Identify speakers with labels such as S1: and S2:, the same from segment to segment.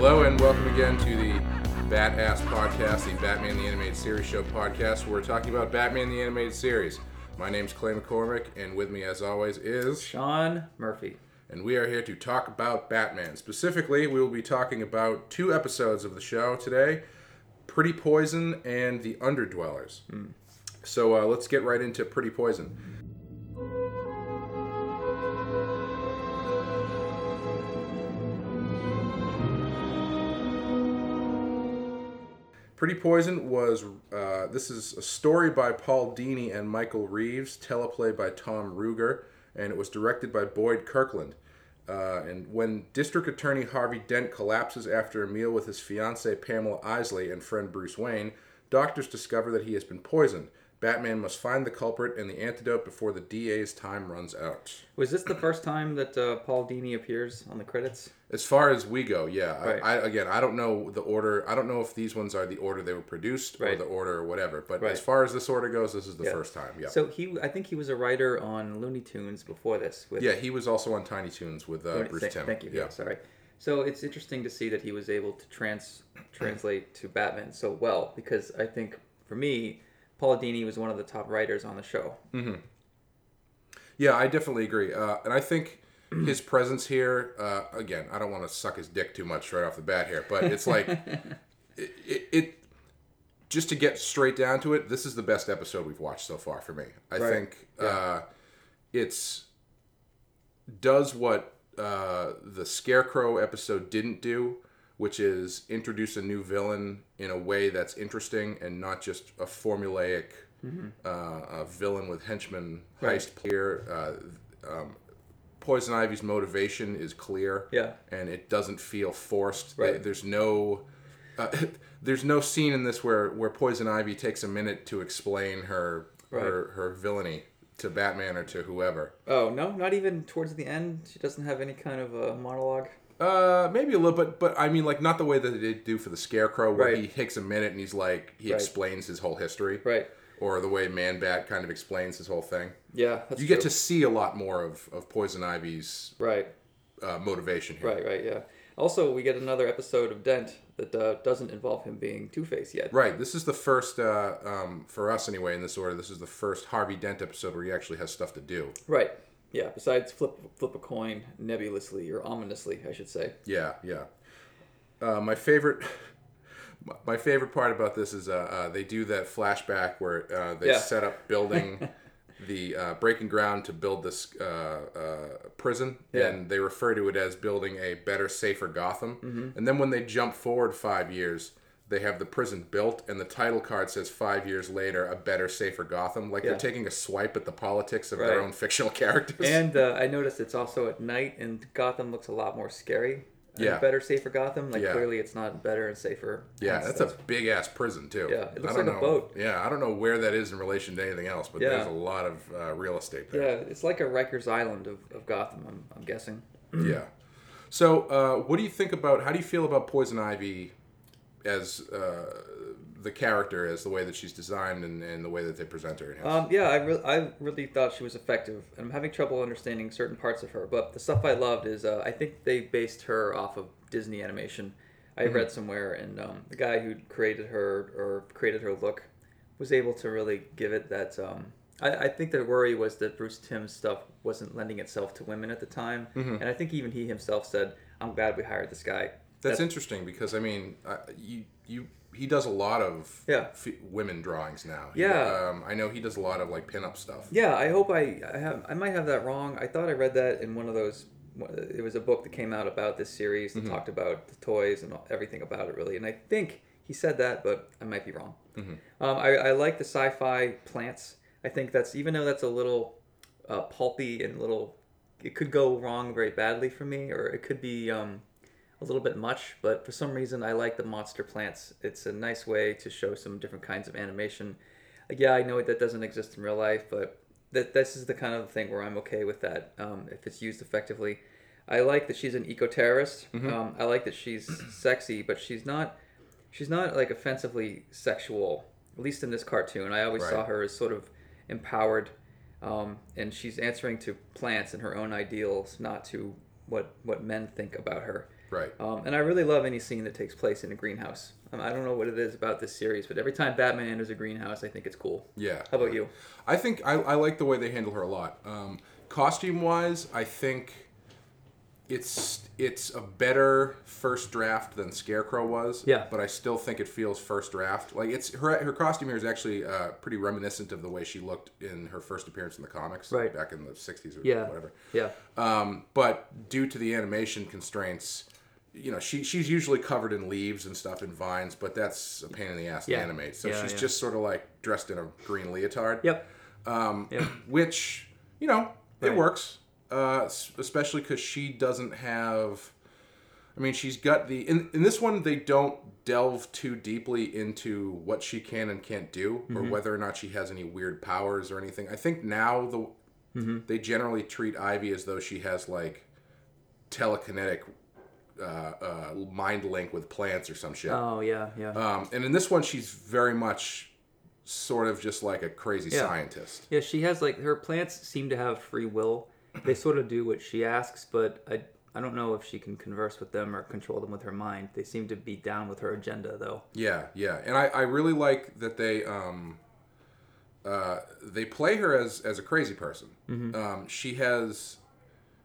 S1: welcome again to the Bat Ass Podcast, the Batman the Animated Series show podcast. Where we're talking about Batman the Animated Series. My name's Clay McCormick, and with me, as always, is.
S2: Sean Murphy.
S1: And we are here to talk about Batman. Specifically, we will be talking about two episodes of the show today Pretty Poison and The Underdwellers. So uh, let's get right into Pretty Poison. Pretty Poison was uh, this is a story by Paul Dini and Michael Reeves, teleplay by Tom Ruger, and it was directed by Boyd Kirkland. Uh, and when District Attorney Harvey Dent collapses after a meal with his fiancee Pamela Isley and friend Bruce Wayne, doctors discover that he has been poisoned. Batman must find the culprit and the antidote before the DA's time runs out.
S2: Was this the first time that uh, Paul Dini appears on the credits?
S1: As far as we go, yeah. I-
S2: Right.
S1: I, again, I don't know the order. I don't know if these ones are the order they were produced or
S2: Right.
S1: the order or whatever. But
S2: Right.
S1: as far as this order goes, this is the
S2: Yeah.
S1: first time. Yeah.
S2: So he, I think he was a writer on Looney Tunes before this. With
S1: yeah, he was also on Tiny Toons with uh,
S2: Looney-
S1: Bruce
S2: thank,
S1: Timm.
S2: thank you.
S1: Yeah.
S2: Sorry. So it's interesting to see that he was able to trans translate to Batman so well because I think for me, Paul Dini was one of the top writers on the show.
S1: Yeah, I definitely agree. Uh, and I think his presence here, uh, again, I don't want to suck his dick too much right off the bat here, but it's like it, it, it. Just to get straight down to it, this is the best episode we've watched so far for me. I
S2: Right.
S1: think uh, it's does what uh, the Scarecrow episode didn't do, which is introduce a new villain in a way that's interesting and not just a formulaic uh, a villain with henchman
S2: Mm-hmm. Right.
S1: heist here. Uh, um, Poison Ivy's motivation is clear,
S2: Yeah.
S1: and it doesn't feel forced. They-
S2: Right.
S1: There's no. Uh, there's no scene in this where, where Poison Ivy takes a minute to explain her her, her villainy to Batman or to whoever.
S2: Oh no, not even towards the end. She doesn't have any kind of a monologue.
S1: Uh, maybe a little bit, but I mean, like not the way that they do for the Scarecrow, where
S2: Right.
S1: he takes a minute and he's like he
S2: Right.
S1: explains his whole history,
S2: Right.
S1: or the way Man Bat kind of explains his whole thing.
S2: Yeah. That's
S1: You get
S2: true.
S1: to see a lot more of, of Poison Ivy's
S2: right.
S1: uh, motivation here.
S2: Right, right, yeah. Also, we get another episode of Dent that uh, doesn't involve him being Two Face yet.
S1: Right, This is the first uh, um, for us anyway in this order. This is the first Harvey Dent episode where he actually has stuff to do.
S2: Right. Yeah. Besides, flip flip a coin nebulously or ominously, I should say.
S1: Yeah, yeah. Uh, my favorite, my- my favorite part about this is uh, uh, they do that flashback where uh, they
S2: Yeah.
S1: set up building the uh, breaking ground to build this uh, uh, prison,
S2: Yeah.
S1: and they refer to it as building a better, safer Gotham.
S2: Mm-hmm.
S1: And then when they jump forward five years. They have the prison built, and the title card says five years later, a better, safer Gotham. Like they're
S2: Yeah.
S1: taking a swipe at the politics of
S2: Right.
S1: their own fictional characters.
S2: And uh, I noticed it's also at night, and Gotham looks a lot more scary. And
S1: Yeah.
S2: Better, safer Gotham. Like
S1: Yeah.
S2: clearly, it's not better and safer.
S1: Yeah,
S2: and
S1: that's
S2: stuff.
S1: a big ass prison too.
S2: Yeah, it looks
S1: I don't
S2: like
S1: know,
S2: a boat.
S1: Yeah, I don't know where that is in relation to anything else, but
S2: Yeah.
S1: there's a lot of uh, real estate there.
S2: yeah. It's like a Rikers Island of, of Gotham. I'm, I'm guessing.
S1: Yeah. So, uh, what do you think about? How do you feel about Poison Ivy as uh, the character, as the way that she's designed and, and the way that they present her? in
S2: Um, yeah, I, re- I really thought she was effective. I'm having trouble understanding certain parts of her, but the stuff I loved is uh, I think they based her off of Disney animation. I read somewhere, and um, the guy who created her or created her look was able to really give it that. Um, I, I think their worry was that Bruce Timm's stuff wasn't lending itself to women at the time, and I think even he himself said, "I'm glad we hired this guy."
S1: that's interesting because I mean, uh, you you he does a lot of
S2: Yeah.
S1: f- women drawings now.
S2: Yeah.
S1: um, I know he does a lot of like pinup stuff.
S2: Yeah, I hope I, I have I might have that wrong. I thought I read that in one of those. It was a book that came out about this series that talked about the toys and all- everything about it really. And I think he said that, but I might be wrong. Um, I, I like the sci-fi plants. I think that's even though that's a little uh, pulpy and little, it could go wrong very badly for me, or it could be um, a little bit much. But for some reason, I like the monster plants. It's a nice way to show some different kinds of animation. Like, yeah, I know that doesn't exist in real life, but that this is the kind of thing where I'm okay with that um, if it's used effectively. I like that she's an eco terrorist. Um, I like that she's sexy, but she's not. She's not like offensively sexual. At least in this cartoon, I always saw
S1: Right.
S2: her as sort of empowered, um, and she's answering to plants and her own ideals, not to what what men think about her.
S1: Right.
S2: Um, and I really love any scene that takes place in a greenhouse. Um, I don't know what it is about this series, but every time Batman enters a greenhouse, I think it's cool.
S1: Yeah.
S2: How about you?
S1: I think I, I like the way they handle her a lot. Um, costume wise, I think it's it's a better first draft than Scarecrow was.
S2: Yeah.
S1: But I still think it feels first draft. Like it's her her costume here is actually uh, pretty reminiscent of the way she looked in her first appearance in the comics,
S2: Right.
S1: Back in the '60s or
S2: Yeah.
S1: whatever.
S2: Yeah.
S1: Um, but due to the animation constraints, you know, she she's usually covered in leaves and stuff and vines, but that's a pain in the ass
S2: Yeah.
S1: to animate. So
S2: Yeah,
S1: she's
S2: yeah.
S1: just sort of like dressed in a green leotard.
S2: Yep.
S1: Um,
S2: Yep.
S1: Which you know
S2: Right.
S1: it works, uh, s- especially because she doesn't have. I mean, she's got the in, in this one they don't delve too deeply into what she can and can't do,
S2: Mm-hmm.
S1: or whether or not she has any weird powers or anything. I think now the
S2: Mm-hmm.
S1: they generally treat Ivy as though she has like telekinetic uh, uh, mind link with plants or some shit.
S2: Oh yeah, yeah.
S1: Um, and in this one, she's very much sort of just like a crazy
S2: Yeah.
S1: scientist.
S2: yeah, she has like her plants seem to have free will. They sort of do what she asks, but I I don't know if she can converse with them or control them with her mind. They seem to be down with her agenda though.
S1: Yeah, yeah, and I, I really like that they um, uh, they play her as as a crazy person.
S2: Mm-hmm.
S1: Um, she has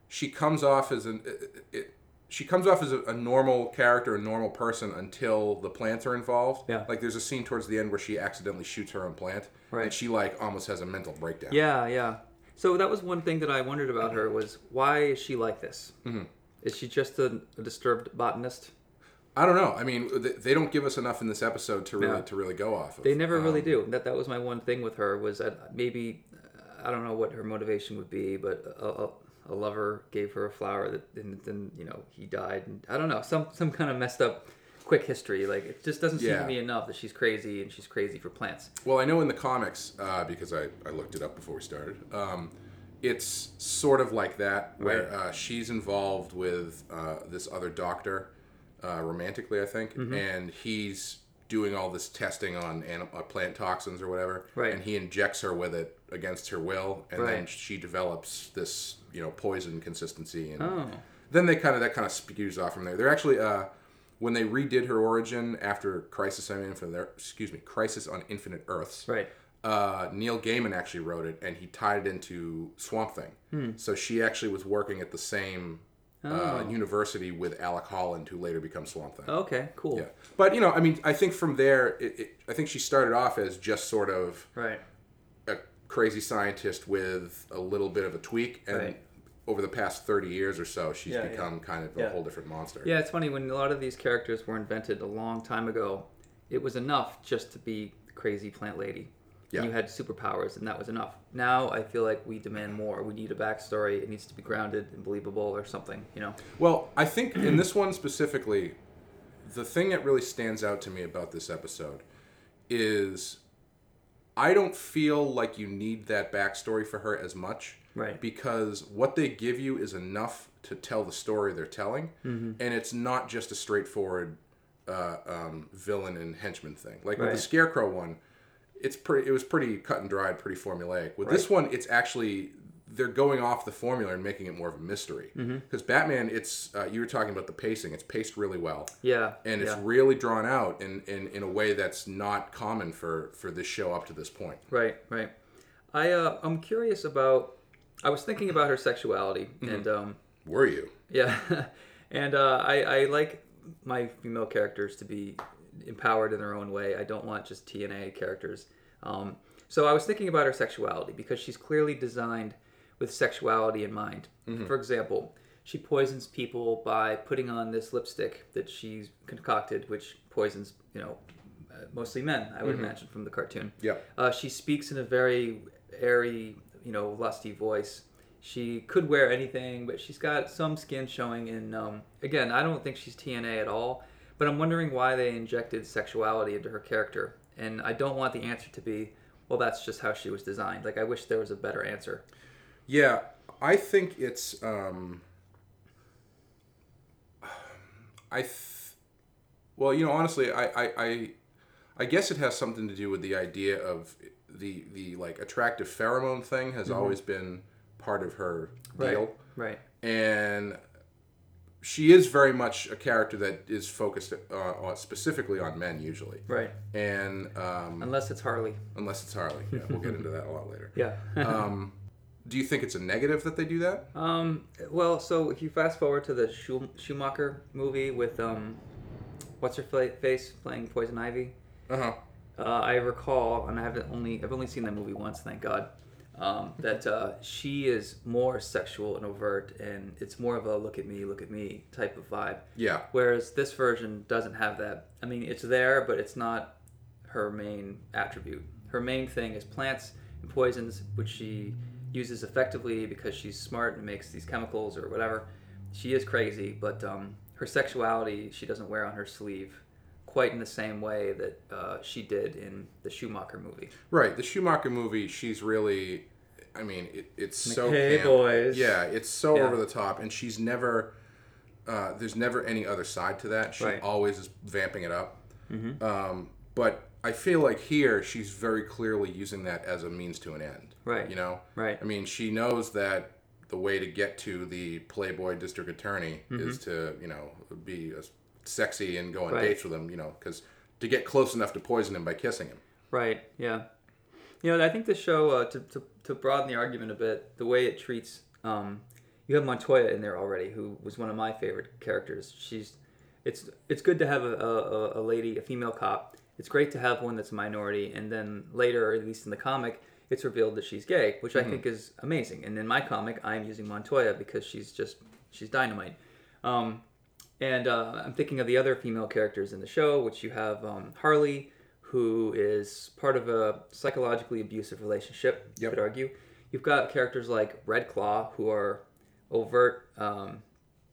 S1: she comes off as an it, it, she comes off as a, a normal character, a normal person until the plants are involved.
S2: Yeah.
S1: like there's a scene towards the end where she accidentally shoots her own plant,
S2: Right.
S1: and she like almost has a mental breakdown.
S2: Yeah, yeah. So that was one thing that I wondered about her was why is she like this? Mm-hmm. Is she just a, a disturbed botanist?
S1: I don't know. I mean, they, they don't give us enough in this episode to really
S2: Yeah.
S1: to really go off. Of.
S2: They never
S1: Um,
S2: really do. That that was my one thing with her was that maybe I don't know what her motivation would be, but a, a, a lover gave her a flower that and then you know he died. And I don't know some some kind of messed up quick history. Like it just doesn't seem
S1: Yeah.
S2: to me enough that she's crazy and she's crazy for plants.
S1: Well, I know in the comics, uh, because I, I looked it up before we started, um, it's sort of like that, where
S2: Right.
S1: uh, she's involved with uh, this other doctor, uh, romantically, I think,
S2: Mm-hmm.
S1: and he's doing all this testing on anim- uh, plant toxins or whatever,
S2: Right.
S1: and he injects her with it against her will, and then
S2: Right.
S1: she develops this, you know, poison consistency and
S2: Oh,
S1: then they kind of that kind of spews off from there. They're actually uh, when they redid her origin after Crisis on Infinite, er, excuse me, Crisis on Infinite Earths.
S2: right.
S1: Uh, Neil Gaiman actually wrote it, and he tied it into Swamp Thing.
S2: Hmm.
S1: So she actually was working at the same uh,
S2: Oh.
S1: university with Alec Holland, who later becomes Swamp Thing.
S2: Okay, cool.
S1: Yeah, but you know, I mean, I think from there, it, it, I think she started off as just sort of
S2: Right.
S1: a crazy scientist with a little bit of a tweak and
S2: Right.
S1: over the past 30 years or so she's
S2: Yeah,
S1: become kind of a
S2: Yeah.
S1: whole different monster
S2: Yeah, it's funny when a lot of these characters were invented a long time ago, it was enough just to be crazy plant lady.
S1: Yeah.
S2: You had superpowers and that was enough. Now I feel like we demand more. We need a backstory. It needs to be grounded and believable or something, you know.
S1: well i think in this one specifically the thing that really stands out to me about this episode is i don't feel like you need that backstory for her as much
S2: Right.
S1: because what they give you is enough to tell the story they're telling
S2: Mm-hmm.
S1: and it's not just a straightforward uh, um, villain and henchman thing like with
S2: Right.
S1: the scarecrow one it's pretty it was pretty cut and dried pretty formulaic with this one it's actually they're going off the formula and making it more of a mystery
S2: Mm-hmm.
S1: because batman it's uh, you were talking about the pacing it's paced really well
S2: Yeah.
S1: and it's
S2: yeah.
S1: really drawn out in, in, in a way that's not common for, for this show up to this point
S2: Right, right. I uh, I'm curious about I was thinking about her sexuality
S1: Mm-hmm.
S2: and um
S1: were you
S2: Yeah, and uh, I I like my female characters to be empowered in their own way. I don't want just TNA characters. Um, so I was thinking about her sexuality because she's clearly designed with sexuality in mind. For example, she poisons people by putting on this lipstick that she's concocted, which poisons you know uh, mostly men. I would imagine from the cartoon.
S1: yeah
S2: Uh, she speaks in a very airy, you know, lusty voice. She could wear anything, but she's got some skin showing. And um, again, I don't think she's TNA at all. But I'm wondering why they injected sexuality into her character. And I don't want the answer to be, well, that's just how she was designed. Like I wish there was a better answer.
S1: Yeah, I think it's. Um, I, th- well, you know, honestly, I, I, I, I guess it has something to do with the idea of the the like attractive pheromone thing has always been part of her
S2: Right.
S1: deal,
S2: Right.
S1: and she is very much a character that is focused uh, on, specifically on men usually,
S2: Right.
S1: and um,
S2: Unless it's Harley.
S1: unless it's Harley, yeah, we'll get into that a lot later.
S2: Yeah.
S1: Um, do you think it's a negative that they do that?
S2: Um, well, so if you fast forward to the Schum- Schumacher movie with um, what's her fla- face playing Poison Ivy,
S1: Uh huh.
S2: uh, I recall, and I haven't only I've only seen that movie once, thank God, um, that uh, she is more sexual and overt, and it's more of a look at me, look at me type of vibe.
S1: Yeah.
S2: Whereas this version doesn't have that. I mean, it's there, but it's not her main attribute. Her main thing is plants and poisons, which she uses effectively because she's smart and makes these chemicals or whatever. She is crazy, but um, her sexuality she doesn't wear on her sleeve quite in the same way that uh, she did in the Schumacher movie.
S1: Right, the Schumacher movie, she's really, I mean, it, it's so
S2: McKay
S1: camp.
S2: boys.
S1: Yeah, it's so
S2: Yeah.
S1: over the top, and she's never. Uh, there's never any other side to that. She
S2: Right. Mm-hmm.
S1: always is vamping it up. Um, but I feel like here she's very clearly using that as a means to an end.
S2: Right.
S1: You know.
S2: Right.
S1: I mean, she knows that the way to get to the Playboy district attorney is to, you know, be uh, sexy and go on
S2: Mm-hmm. Right.
S1: dates with him. You know, because to get close enough to poison him by kissing him.
S2: Right. Yeah. You know, I think the show uh, to, to to broaden the argument a bit, the way it treats um, you have Montoya in there already, who was one of my favorite characters. She's it's it's good to have a, a, a lady, a female cop. It's great to have one that's a minority, and then later, or at least in the comic, it's revealed that she's gay, which I think is amazing. And in my comic, I'm using Montoya because she's just she's dynamite. Um, and uh, I'm thinking of the other female characters in the show, which you have um, Harley, who is part of a psychologically abusive relationship, you
S1: Yep.
S2: could argue. You've got characters like Red Claw, who are overt, um,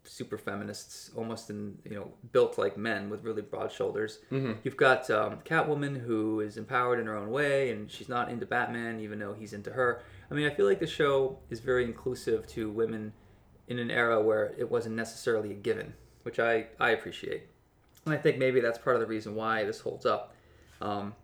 S2: super feminists, almost in, you know, built like men with really broad shoulders. You've got um, Catwoman, who is empowered in her own way, and she's not into Batman, even though he's into her. I mean, I feel like the show is very inclusive to women in an era where it wasn't necessarily a given, which I, I appreciate. And I think maybe that's part of the reason why this holds up. Um,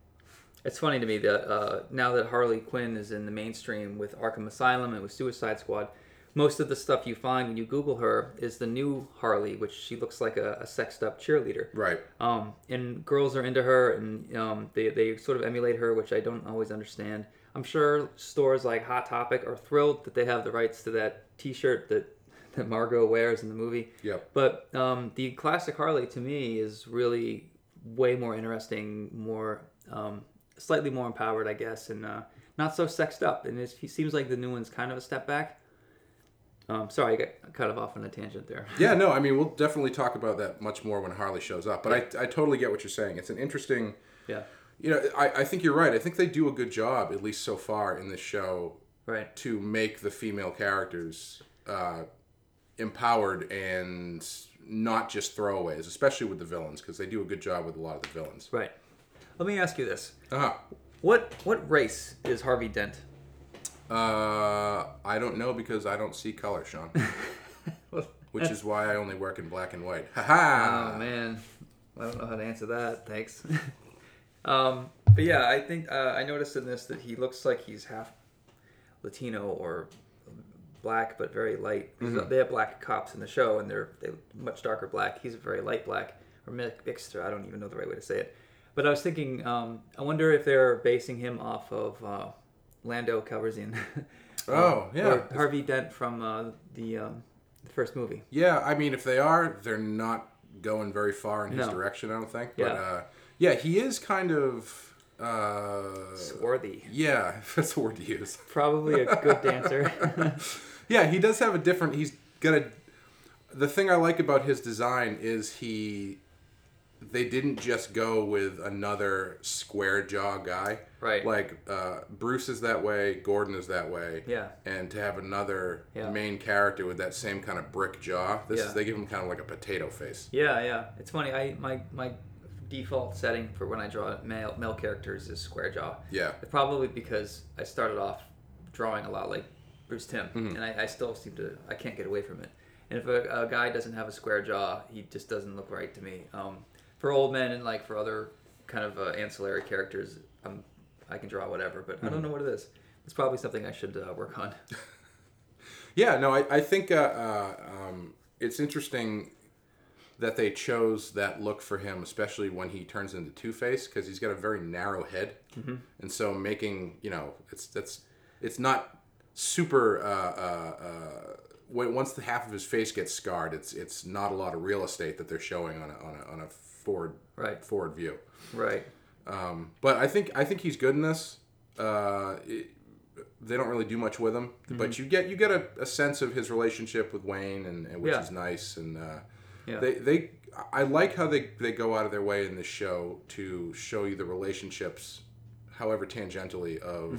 S2: it's funny to me that uh, now that Harley Quinn is in the mainstream with Arkham Asylum and with Suicide Squad, most of the stuff you find when you Google her is the new Harley, which she looks like a, a sexed up cheerleader.
S1: Right.
S2: Um, and girls are into her, and um, they, they sort of emulate her, which I don't always understand. I'm sure stores like Hot Topic are thrilled that they have the rights to that T-shirt that that Margot wears in the movie.
S1: Yep.
S2: But um, the classic Harley to me is really way more interesting, more um, slightly more empowered, I guess, and uh, not so sexed up. And it's, he seems like the new one's kind of a step back. Um, sorry, I got kind of off on a tangent there.
S1: Yeah, no, I mean, we'll definitely talk about that much more when Harley shows up. But I, I totally get what you're saying. It's an interesting,
S2: Yeah.
S1: you know, I, I think you're right. I think they do a good job, at least so far in this show,
S2: Right.
S1: to make the female characters uh, empowered and not just throwaways, especially with the villains, because they do a good job with a lot of the villains.
S2: Right. Let me ask you this.
S1: Uh-huh.
S2: What what race is Harvey Dent?
S1: Uh, I don't know because I don't see color, Sean, which is why I only work in black and white. Ha ha!
S2: oh man, I don't know how to answer that. Thanks. um, but yeah, I think uh, I noticed in this that he looks like he's half Latino or black, but very light. 'Cause They have black cops in the show, and they're they much darker black. He's a very light black or mi- mixed. I don't even know the right way to say it. But I was thinking, um, I wonder if they're basing him off of uh, Lando Calrissian.
S1: Oh, yeah.
S2: Or Harvey Dent from uh, the, um, the first movie.
S1: Yeah, I mean, if they are, they're not going very far in his
S2: No.
S1: direction. I don't think. But
S2: Yeah.
S1: uh, yeah, he is kind of. Uh,
S2: Swarthy.
S1: yeah, if that's the word to use.
S2: Probably a good dancer.
S1: Yeah, he does have a different. He's got a. The thing I like about his design is he. They didn't just go with another square jaw guy.
S2: Right.
S1: Like uh, Bruce is that way, Gordon is that way.
S2: Yeah.
S1: And to have another
S2: Yeah.
S1: main character with that same kind of brick jaw, this
S2: Yeah.
S1: is they give him kind of like a potato face.
S2: yeah, yeah. It's funny. I my my default setting for when I draw male male characters is square jaw.
S1: Yeah.
S2: Probably because I started off drawing a lot like Bruce Tim, and I, I still seem to I can't get away from it. And if a, a guy doesn't have a square jaw, he just doesn't look right to me. Um, for old men and like for other kind of uh, ancillary characters, um, I can draw whatever, but I don't know what it is. It's probably something I should uh, work on.
S1: Yeah, no, I, I think uh, uh, um, it's interesting that they chose that look for him, especially when he turns into Two Face, because he's got a very narrow head, and so making you know it's that's it's not super. Uh, uh, uh, when, once the half of his face gets scarred, it's it's not a lot of real estate that they're showing on a, on a, on a forward
S2: Right.
S1: forward view.
S2: Right.
S1: Um, but I think I think he's good in this. Uh, it- they don't really do much with him, but
S2: Mm-hmm.
S1: you get you get a, a sense of his relationship with Wayne, and, and which
S2: Yeah.
S1: is nice. And uh,
S2: Yeah.
S1: they they I like how they they go out of their way in this show to show you the relationships, however tangentially, of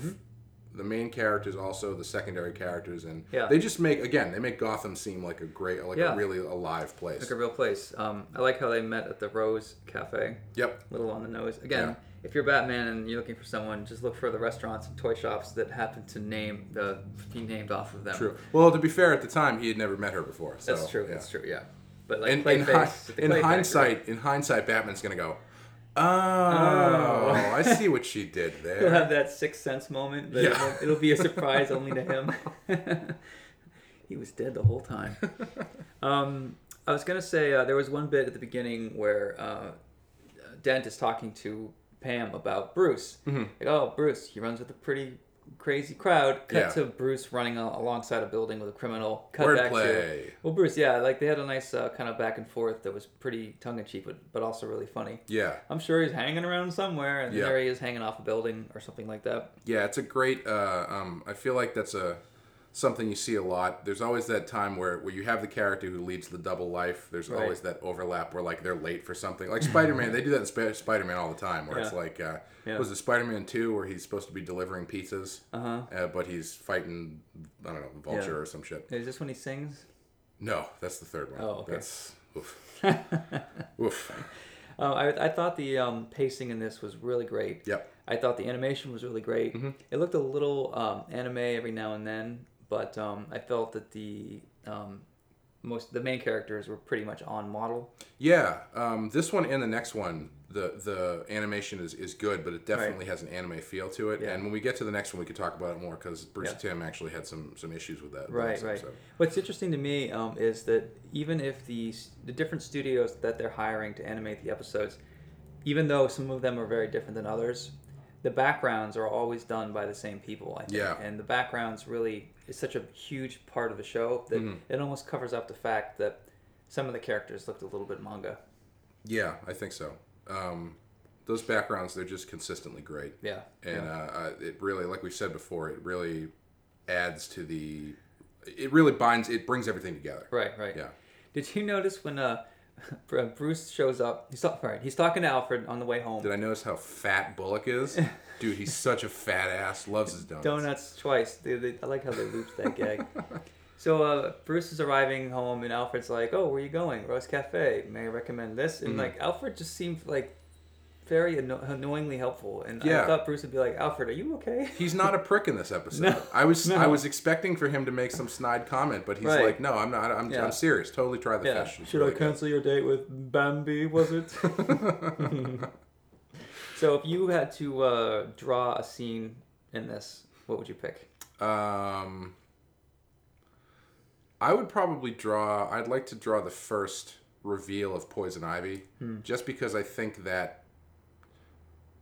S1: the main characters, also the secondary characters, and
S2: Mm-hmm. Yeah.
S1: they just make again they make Gotham seem like a great like
S2: Yeah.
S1: a really alive place.
S2: Like a real place. Um, I like how they met at the Rose Cafe.
S1: Yep.
S2: little on the nose. Again,
S1: Yeah.
S2: if you're Batman and you're looking for someone, just look for the restaurants and toy shops that happen to name the he named off of them.
S1: True. Well, to be fair, at the time he had never met her before. So,
S2: That's true.
S1: yeah.
S2: That's true. Yeah. But like
S1: in, in, hi-
S2: Clayface, the
S1: in
S2: Clay
S1: hindsight, in hindsight, Batman's gonna go. Oh, I see what she did
S2: Factory, he'll
S1: there.
S2: have Oh. that sixth sense moment. But
S1: Yeah.
S2: it won't- it'll be a surprise only to him. he was dead the whole time. Um, I was gonna say uh, there was one bit at the beginning where uh, Dent is talking to Pam about Bruce.
S1: Mm-hmm.
S2: Like, oh, Bruce, he runs with a pretty crazy crowd. Cut
S1: Yeah.
S2: to Bruce running al- alongside a building with a criminal. Cut back
S1: Wordplay.
S2: to well, Bruce, yeah, like they had a nice uh, kind of back and forth that was pretty tongue in cheek, but but also really funny.
S1: Yeah,
S2: I'm sure he's hanging around somewhere, and
S1: Yeah.
S2: there he is hanging off a building or something like that.
S1: yeah, it's a great. Uh, um, I feel like that's a something you see a lot. There's always that time where where you have the character who leads the double life. There's
S2: Right.
S1: always that overlap where like they're late for something. Like Spider Man, they do that in Sp- Spider Man all the time. Where it's
S2: Yeah.
S1: like, uh,
S2: Yeah.
S1: was it Spider Man Two where he's supposed to be delivering pizzas,
S2: Uh-huh.
S1: uh but he's fighting I don't know Vulture or some shit.
S2: Is this when he sings?
S1: No, that's the third one.
S2: Oh, okay.
S1: That's oof. oof.
S2: Uh, I, I thought the um, pacing in this was really great.
S1: Yep.
S2: I thought the animation was really great. It looked a little um, anime every now and then, but um, I felt that the um, most the main characters were pretty much on model.
S1: Yeah, um, this one and the next one, the the animation is, is good, but it definitely has an anime feel to it.
S2: Yeah.
S1: And when we get to the next one, we could talk about it more because Bruce
S2: Yeah.
S1: Tim actually had some some issues with that. in
S2: Right,
S1: this
S2: right.
S1: episode.
S2: What's interesting to me um, is that even if the s- the different studios that they're hiring to animate the episodes, even though some of them are very different than others, the backgrounds are always done by the same people. I think,
S1: Yeah.
S2: and the backgrounds really is such a huge part of the show that it almost covers up the fact that some of the characters looked a little bit manga.
S1: Yeah, I think so. Um, those backgrounds, they're just consistently great,
S2: Yeah,
S1: and uh, uh, it really, like we said before, it really adds to the. It really binds. It brings everything together.
S2: right, right.
S1: Yeah.
S2: Did you notice when uh, Bru- Bruce shows up? He's talking. Right, he's talking to Alfred on the way home.
S1: Did I notice how fat Bullock is? Dude, he's such a fat ass. Loves his donuts.
S2: donuts twice. They, they, I like how they looped that gag. So uh, Bruce is arriving home, and Alfred's like, "Oh, where you going? Rose Cafe. May I recommend this?"
S1: Mm-hmm.
S2: And like Alfred just seemed like very anno- annoyingly helpful, and I
S1: Yeah.
S2: thought Bruce would be like, "Alfred, are you okay?"
S1: He's not a prick in this episode.
S2: No,
S1: I was
S2: no.
S1: I was expecting for him to make some snide comment, but he's
S2: Right.
S1: like, "No, I'm not. I'm,
S2: Yeah.
S1: I'm serious. Totally try the
S2: Yeah.
S1: fish." It's
S2: Should I
S1: really good.
S2: cancel your date with Bambi? Was it? so if you had to uh, draw a scene in this, what would you pick?
S1: Um, I would probably draw. I'd like to draw the first reveal of Poison Ivy,
S2: Hmm.
S1: just because I think that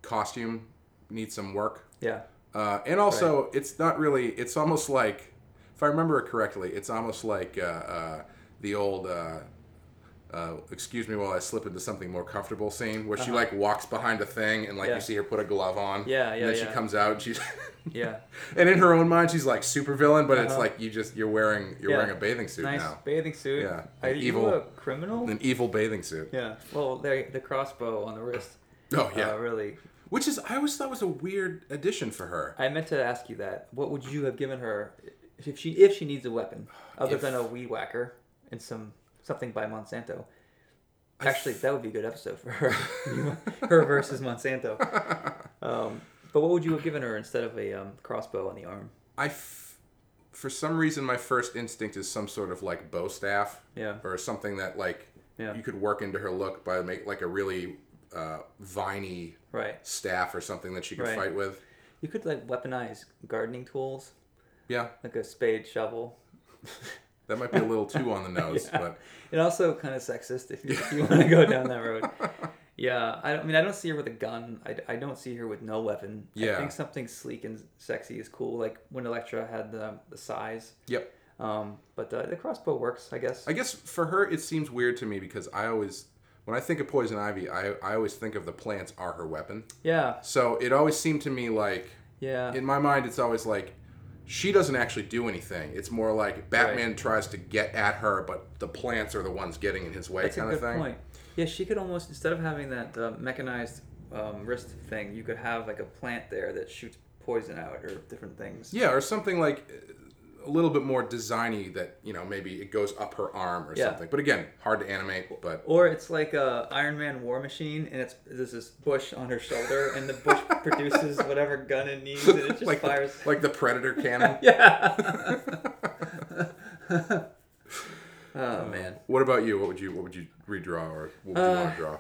S1: costume needs some work.
S2: Yeah.
S1: Uh, and also, it's not really. It's almost like, if I remember it correctly, it's almost like uh, uh, the old. Uh, uh, excuse me while I slip into something more comfortable scene where she like walks behind a thing and like
S2: Uh-huh. Yeah.
S1: you see her put a glove on.
S2: Yeah, yeah,
S1: And then
S2: yeah.
S1: she comes out and she's
S2: Yeah.
S1: and in her own mind she's like super villain, but it's
S2: Uh-huh.
S1: like you just you're wearing you're
S2: Yeah.
S1: wearing a bathing suit
S2: nice
S1: now.
S2: bathing suit.
S1: Yeah.
S2: Are
S1: Evil.
S2: you a criminal?
S1: An evil bathing suit.
S2: Yeah. Well, the the crossbow on the wrist.
S1: Oh yeah.
S2: Uh, really.
S1: Which is I always thought was a weird addition for her.
S2: I meant to ask you that. What would you have given her if she if she needs a weapon other
S1: If-
S2: than a weed whacker and some something by Monsanto?
S1: I f-
S2: Actually, that would be a good episode for her. her versus Monsanto. Um, but what would you have given her instead of a um, crossbow on the arm?
S1: I f- for some reason my first instinct is some sort of like bow staff
S2: Yeah.
S1: or something that like
S2: Yeah.
S1: you could work into her look by make like a really uh, viney
S2: Right.
S1: staff or something that she could
S2: Right.
S1: fight with.
S2: You could like weaponize gardening tools,
S1: Yeah.
S2: like a spade, shovel.
S1: That might be a little too on the nose,
S2: Yeah.
S1: but
S2: And also kind of sexist if you, if you want to go down that road. Yeah, I, don't, I mean, I don't see her with a gun. I, I don't see her with no weapon.
S1: Yeah.
S2: I think something sleek and sexy is cool, like when Elektra had the, the size.
S1: yep.
S2: Um, but uh, the crossbow works, I guess.
S1: I guess for her, it seems weird to me because I always, when I think of poison ivy, I, I always think of the plants are her weapon.
S2: yeah,
S1: So it always seemed to me like,
S2: yeah.
S1: in my mind, it's always like, she doesn't actually do anything. It's more like Batman tries to get at her, but the plants are the ones getting in his way,
S2: That's a
S1: kind
S2: good
S1: of thing.
S2: point. Yeah, she could almost instead of having that uh, mechanized um, wrist thing, you could have like a plant there that shoots poison out or different things.
S1: Yeah, or something like uh, a little bit more designy that you know maybe it goes up her arm or
S2: Yeah.
S1: something. But again, hard to animate. But
S2: Or it's like a Iron Man war machine, and it's there's this bush on her shoulder, and the bush produces whatever gun it needs, and it just
S1: like
S2: fires.
S1: The, like the Predator cannon.
S2: yeah. oh man,
S1: What about you? What would you What would you redraw or what would you
S2: Uh,
S1: want to draw?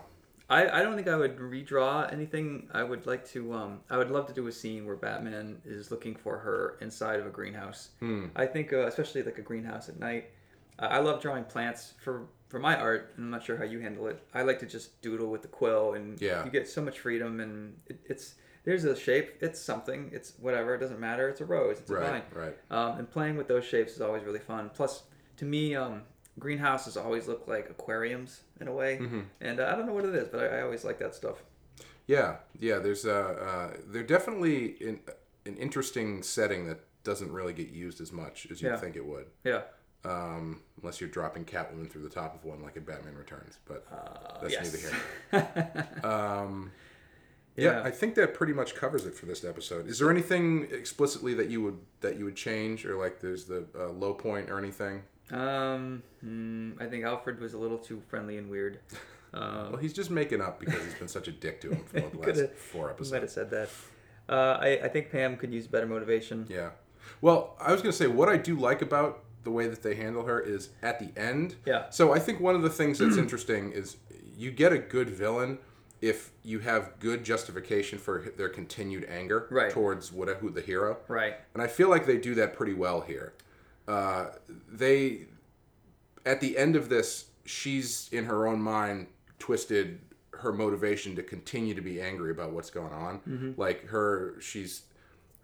S2: I, I don't think I would redraw anything. I would like to. Um, I would love to do a scene where Batman is looking for her inside of a greenhouse.
S1: Hmm.
S2: I think, uh, especially like a greenhouse at night. I I love drawing plants for for my art. and I'm not sure how you handle it. I like to just doodle with the quill, and
S1: Yeah.
S2: you get so much freedom. And it, it's there's a shape. It's something. It's whatever. It doesn't matter. It's a rose. It's a vine.
S1: Right, right.
S2: Um, and playing with those shapes is always really fun. Plus, to me, um, greenhouses always look like aquariums in a way. And uh, I don't know what it is, but I, I always like that stuff.
S1: Yeah, yeah. There's a uh, they're definitely in, an interesting setting that doesn't really get used as much as you
S2: Yeah.
S1: would think it would,
S2: Yeah.
S1: um, unless you're dropping Catwoman through the top of one like in Batman Returns. But
S2: Uh,
S1: that's
S2: yes.
S1: neither here. Um, yeah.
S2: Yeah.
S1: I think that pretty much covers it for this episode. Is there anything explicitly that you would that you would change, or like there's the uh, low point or anything?
S2: um, hmm, I think Alfred was a little too friendly and weird. Um,
S1: Well, he's just making up because he's been such a dick to him for the last
S2: Coulda-
S1: four
S2: you
S1: episodes.
S2: might have said that. Uh, I, I think Pam could use better motivation.
S1: Yeah. Well, I was going to say what I do like about the way that they handle her is at the end.
S2: Yeah.
S1: So I think one of the things that's interesting is you get a good villain if you have good justification for their continued anger
S2: Right.
S1: towards whatever who the hero.
S2: Right.
S1: And I feel like they do that pretty well here. Uh, they at the end of this, she's in her own mind twisted her motivation to continue to be angry about what's going on. Like her, she's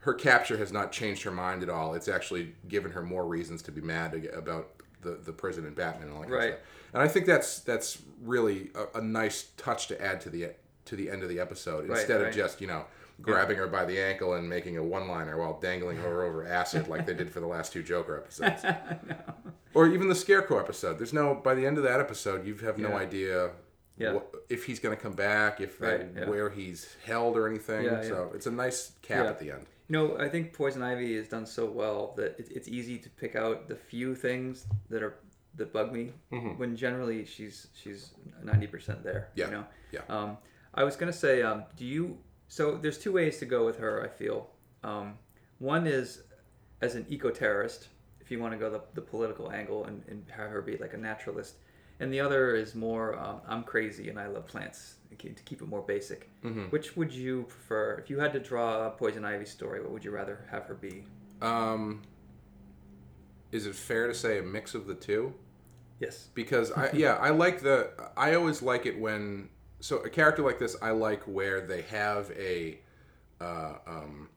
S1: her capture has not changed her mind at all. It's actually given her more reasons to be mad ag- about the the prison and Batman and all that. Kind
S2: Right.
S1: of stuff. And I think that's that's really a, a nice touch to add to the to the end of the episode
S2: Right,
S1: instead
S2: right.
S1: of just you know grabbing her by the ankle and making a one liner while dangling her over acid like they did for the last two Joker episodes or even the Scarecrow episode. There's no by the end of that episode, you have no
S2: Yeah.
S1: idea
S2: Yeah.
S1: what, if he's going to come back, if that-
S2: Right, yeah.
S1: where he's held or anything.
S2: Yeah,
S1: so it's a nice cap
S2: Yeah.
S1: at the end.
S2: You know, I think Poison Ivy is done so well that it, it's easy to pick out the few things that are that bug me. When generally she's she's ninety percent there.
S1: Mm-hmm. Yeah,
S2: You know.
S1: yeah.
S2: Um, I was gonna say, um, do you? So there's two ways to go with her. I feel. Um, one is as an eco terrorist, if you want to go the, the political angle and, and have her be like a naturalist. And the other is more, um, I'm crazy and I love plants, to keep- to keep it more basic.
S1: Mm-hmm.
S2: Which would you prefer? If you had to draw a Poison Ivy story, what would you rather have her be?
S1: Um, is it fair to say a mix of the two?
S2: Yes.
S1: because I yeah I like the I always like it when so a character like this I like where they have a uh, um,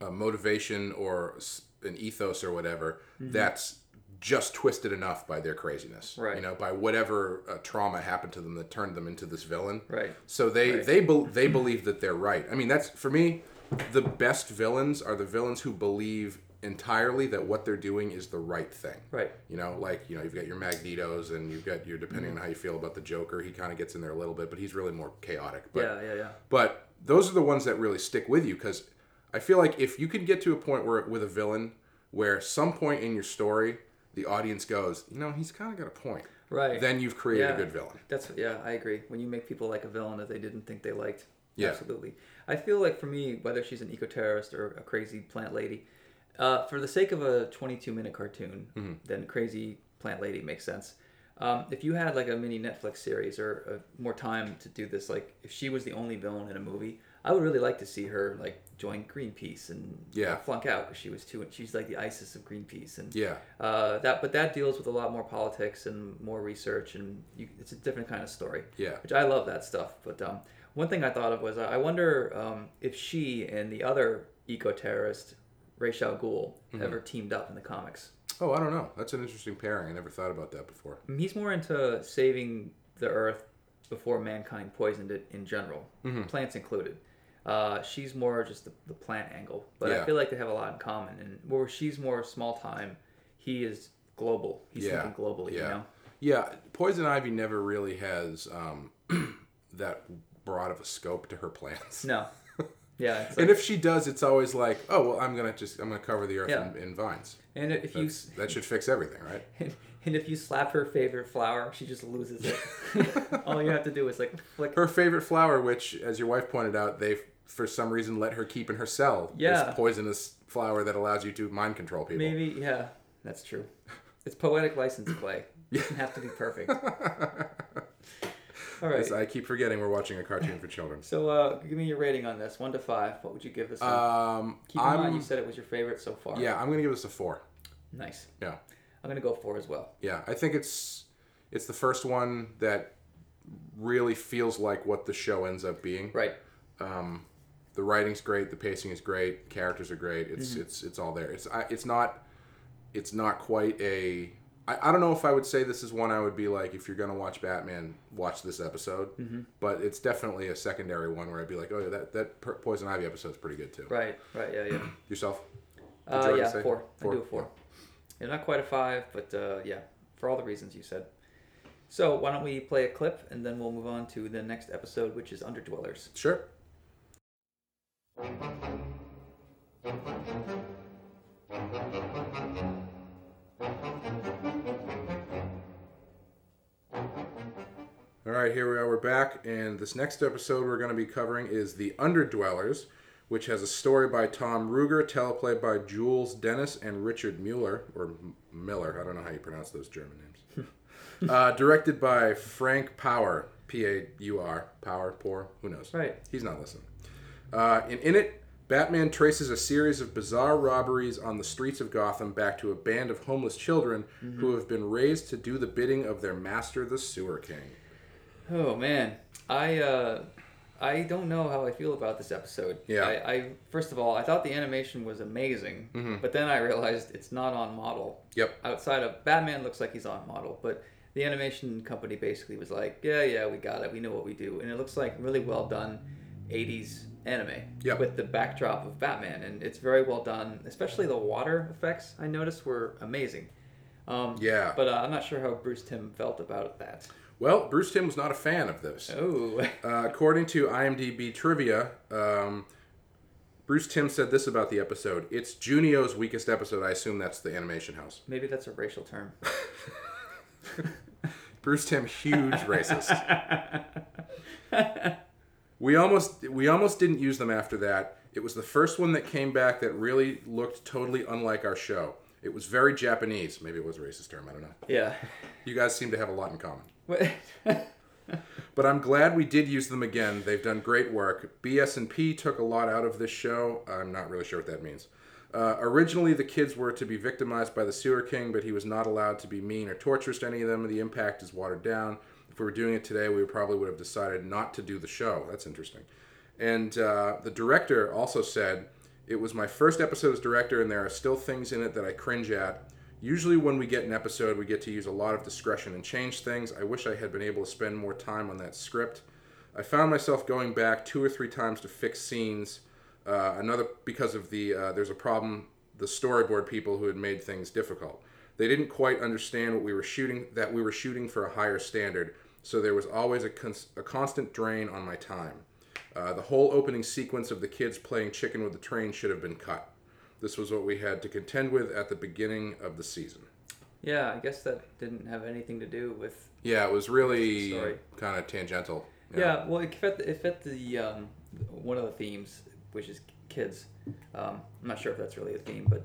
S1: a motivation or s- an ethos or whatever
S2: Mm-hmm.
S1: that's just twisted enough by their craziness
S2: Right.
S1: you know by whatever uh, trauma happened to them that turned them into this villain
S2: Right.
S1: so they
S2: Right.
S1: they bel they believe that they're right. I mean, that's for me. The best villains are the villains who believe entirely that what they're doing is the right thing.
S2: Right.
S1: You know, like you know, you've got your Magnetos, and you've got your depending
S2: Mm-hmm.
S1: on how you feel about the Joker. He kind of gets in there a little bit, but he's really more chaotic. But
S2: yeah, yeah, yeah.
S1: but those are the ones that really stick with you because I feel like if you can get to a point where with a villain where some point in your story the audience goes, you know, he's kind of got a point.
S2: Right.
S1: Then you've created a
S2: Yeah.
S1: good villain.
S2: That's yeah, I agree. When you make people like a villain that they didn't think they liked,
S1: Yeah.
S2: absolutely. I feel like for me, whether she's an eco terrorist or a crazy plant lady, uh, for the sake of a 22 minute cartoon,
S1: Mm-hmm.
S2: then crazy plant lady makes sense. Um, if you had like a mini Netflix series or uh, more time to do this, like if she was the only villain in a movie, I would really like to see her like join Greenpeace and
S1: Yeah.
S2: flunk out because she was too. She's like the ISIS of Greenpeace and
S1: Yeah.
S2: Uh, that but that deals with a lot more politics and more research and you, it's a different kind of story.
S1: Yeah.
S2: which I love that stuff. But um, one thing I thought of was uh, I wonder um, if she and the other eco terrorist Ra's al Ghul
S1: Mm-hmm.
S2: ever teamed up in the comics.
S1: Oh, I don't know. That's an interesting pairing. I never thought about that before.
S2: I mean, He's more into saving the earth before mankind poisoned it in general,
S1: Mm-hmm.
S2: plants included. Uh, she's more just the, the plant angle, but
S1: Yeah.
S2: I feel like they have a lot in common. And where she's more small time, he is global. He's
S1: Yeah.
S2: thinking globally,
S1: yeah.
S2: you know.
S1: Yeah. Poison Ivy never really has um, that broad of a scope to her plans.
S2: No, yeah. It's
S1: And if she does, it's always like, oh well, I'm gonna just I'm gonna cover the earth
S2: Yeah.
S1: in, in vines.
S2: and if you
S1: That's, that should fix everything, right?
S2: and, and if you slap her favorite flower, she just loses it. All you have to do is like flick.
S1: Her favorite flower, which, as your wife pointed out, they for some reason let her keep in her cell.
S2: Yeah.
S1: This poisonous flower that allows you to mind control people.
S2: Maybe yeah, that's true. It's poetic license play. It doesn't have to be perfect. All right.
S1: Yes, I keep forgetting we're watching a cartoon for children.
S2: So uh, give me your rating on this, one to five. What would you give this? one?
S1: Um,
S2: Keep in
S1: I'm
S2: mind you said it was your favorite so far.
S1: yeah, I'm gonna give this a four.
S2: Nice.
S1: Yeah,
S2: I'm gonna go four as well.
S1: yeah. I think it's it's the first one that really feels like what the show ends up being.
S2: Right.
S1: the writing's great, the pacing is great, characters are great. It's
S2: Mm-hmm.
S1: it's it's all there. It's I, it's not it's not quite a I, I don't know if I would say this is one I would be like if you're gonna watch Batman, watch this episode.
S2: Mm-hmm.
S1: But it's definitely a secondary one where I'd be like, oh yeah, that that Per- Poison Ivy episode's pretty good too.
S2: Right. Right. Yeah. Yeah.
S1: Yourself? Would you
S2: Uh,
S1: already
S2: yeah.
S1: say?
S2: Four.
S1: Four.
S2: I do a four. Yeah, not quite a five, but uh, yeah, for all the reasons you said. So why don't we play a clip and then we'll move on to the next episode, which is Underdwellers.
S1: Sure. All right, here we are. We're back, and this next episode we're going to be covering is The Underdwellers, which has a story by Tom Ruger, teleplay by Jules Dennis and Richard Mueller, or M- Miller. I don't know how you pronounce those German names. uh, directed by Frank Power, P A U R, Power, Poor, who knows?
S2: Right.
S1: He's not listening. Uh, and in it, Batman traces a series of bizarre robberies on the streets of Gotham back to a band of homeless children who have been raised to do the bidding of their master, the Sewer King.
S2: Oh man, I uh, I don't know how I feel about this episode.
S1: Yeah.
S2: I, I first of all, I thought the animation was amazing,
S1: Mm-hmm.
S2: but then I realized it's not on model.
S1: Yep.
S2: outside of Batman looks like he's on model, but the animation company basically was like, yeah, yeah, we got it. We know what we do. And it looks like really well done 80s anime
S1: Yep.
S2: with the backdrop of Batman. And it's very well done, especially the water effects I noticed were amazing. Um,
S1: Yeah.
S2: But uh, I'm not sure how Bruce Tim felt about that.
S1: Well, Bruce Tim was not a fan of this.
S2: Oh,
S1: Uh, according to IMDb trivia, um, Bruce Tim said this about the episode: "It's Junio's weakest episode. I assume that's the animation house."
S2: maybe that's a racial term.
S1: Bruce Tim, huge racist. we almost we almost didn't use them after that. It was the first one that came back that really looked totally unlike our show. It was very Japanese. Maybe it was a racist term. I don't know.
S2: Yeah.
S1: You guys seem to have a lot in common.
S2: What-
S1: But I'm glad we did use them again. They've done great work. BS&P took a lot out of this show. I'm not really sure what that means. Uh, originally, the kids were to be victimized by the sewer king, but he was not allowed to be mean or torturous to any of them. The impact is watered down. If we were doing it today, we probably would have decided not to do the show. That's interesting. And uh, the director also said, It was my first episode as director, and there are still things in it that I cringe at. Usually, when we get an episode, we get to use a lot of discretion and change things. I wish I had been able to spend more time on that script. I found myself going back two or three times to fix scenes. Uh, another because of the uh, there's a problem the storyboard people who had made things difficult. They didn't quite understand what we were shooting that we were shooting for a higher standard, so there was always a, cons- a constant drain on my time. Uh, the whole opening sequence of the kids playing chicken with the train should have been cut. This was what we had to contend with at the beginning of the season.
S2: yeah, I guess that didn't have anything to do with
S1: Yeah, it was really
S2: Sorry.
S1: kind of tangential.
S2: Yeah, well, it fit, it fit the um, one of the themes, which is kids. Um, I'm not sure if that's really a theme, but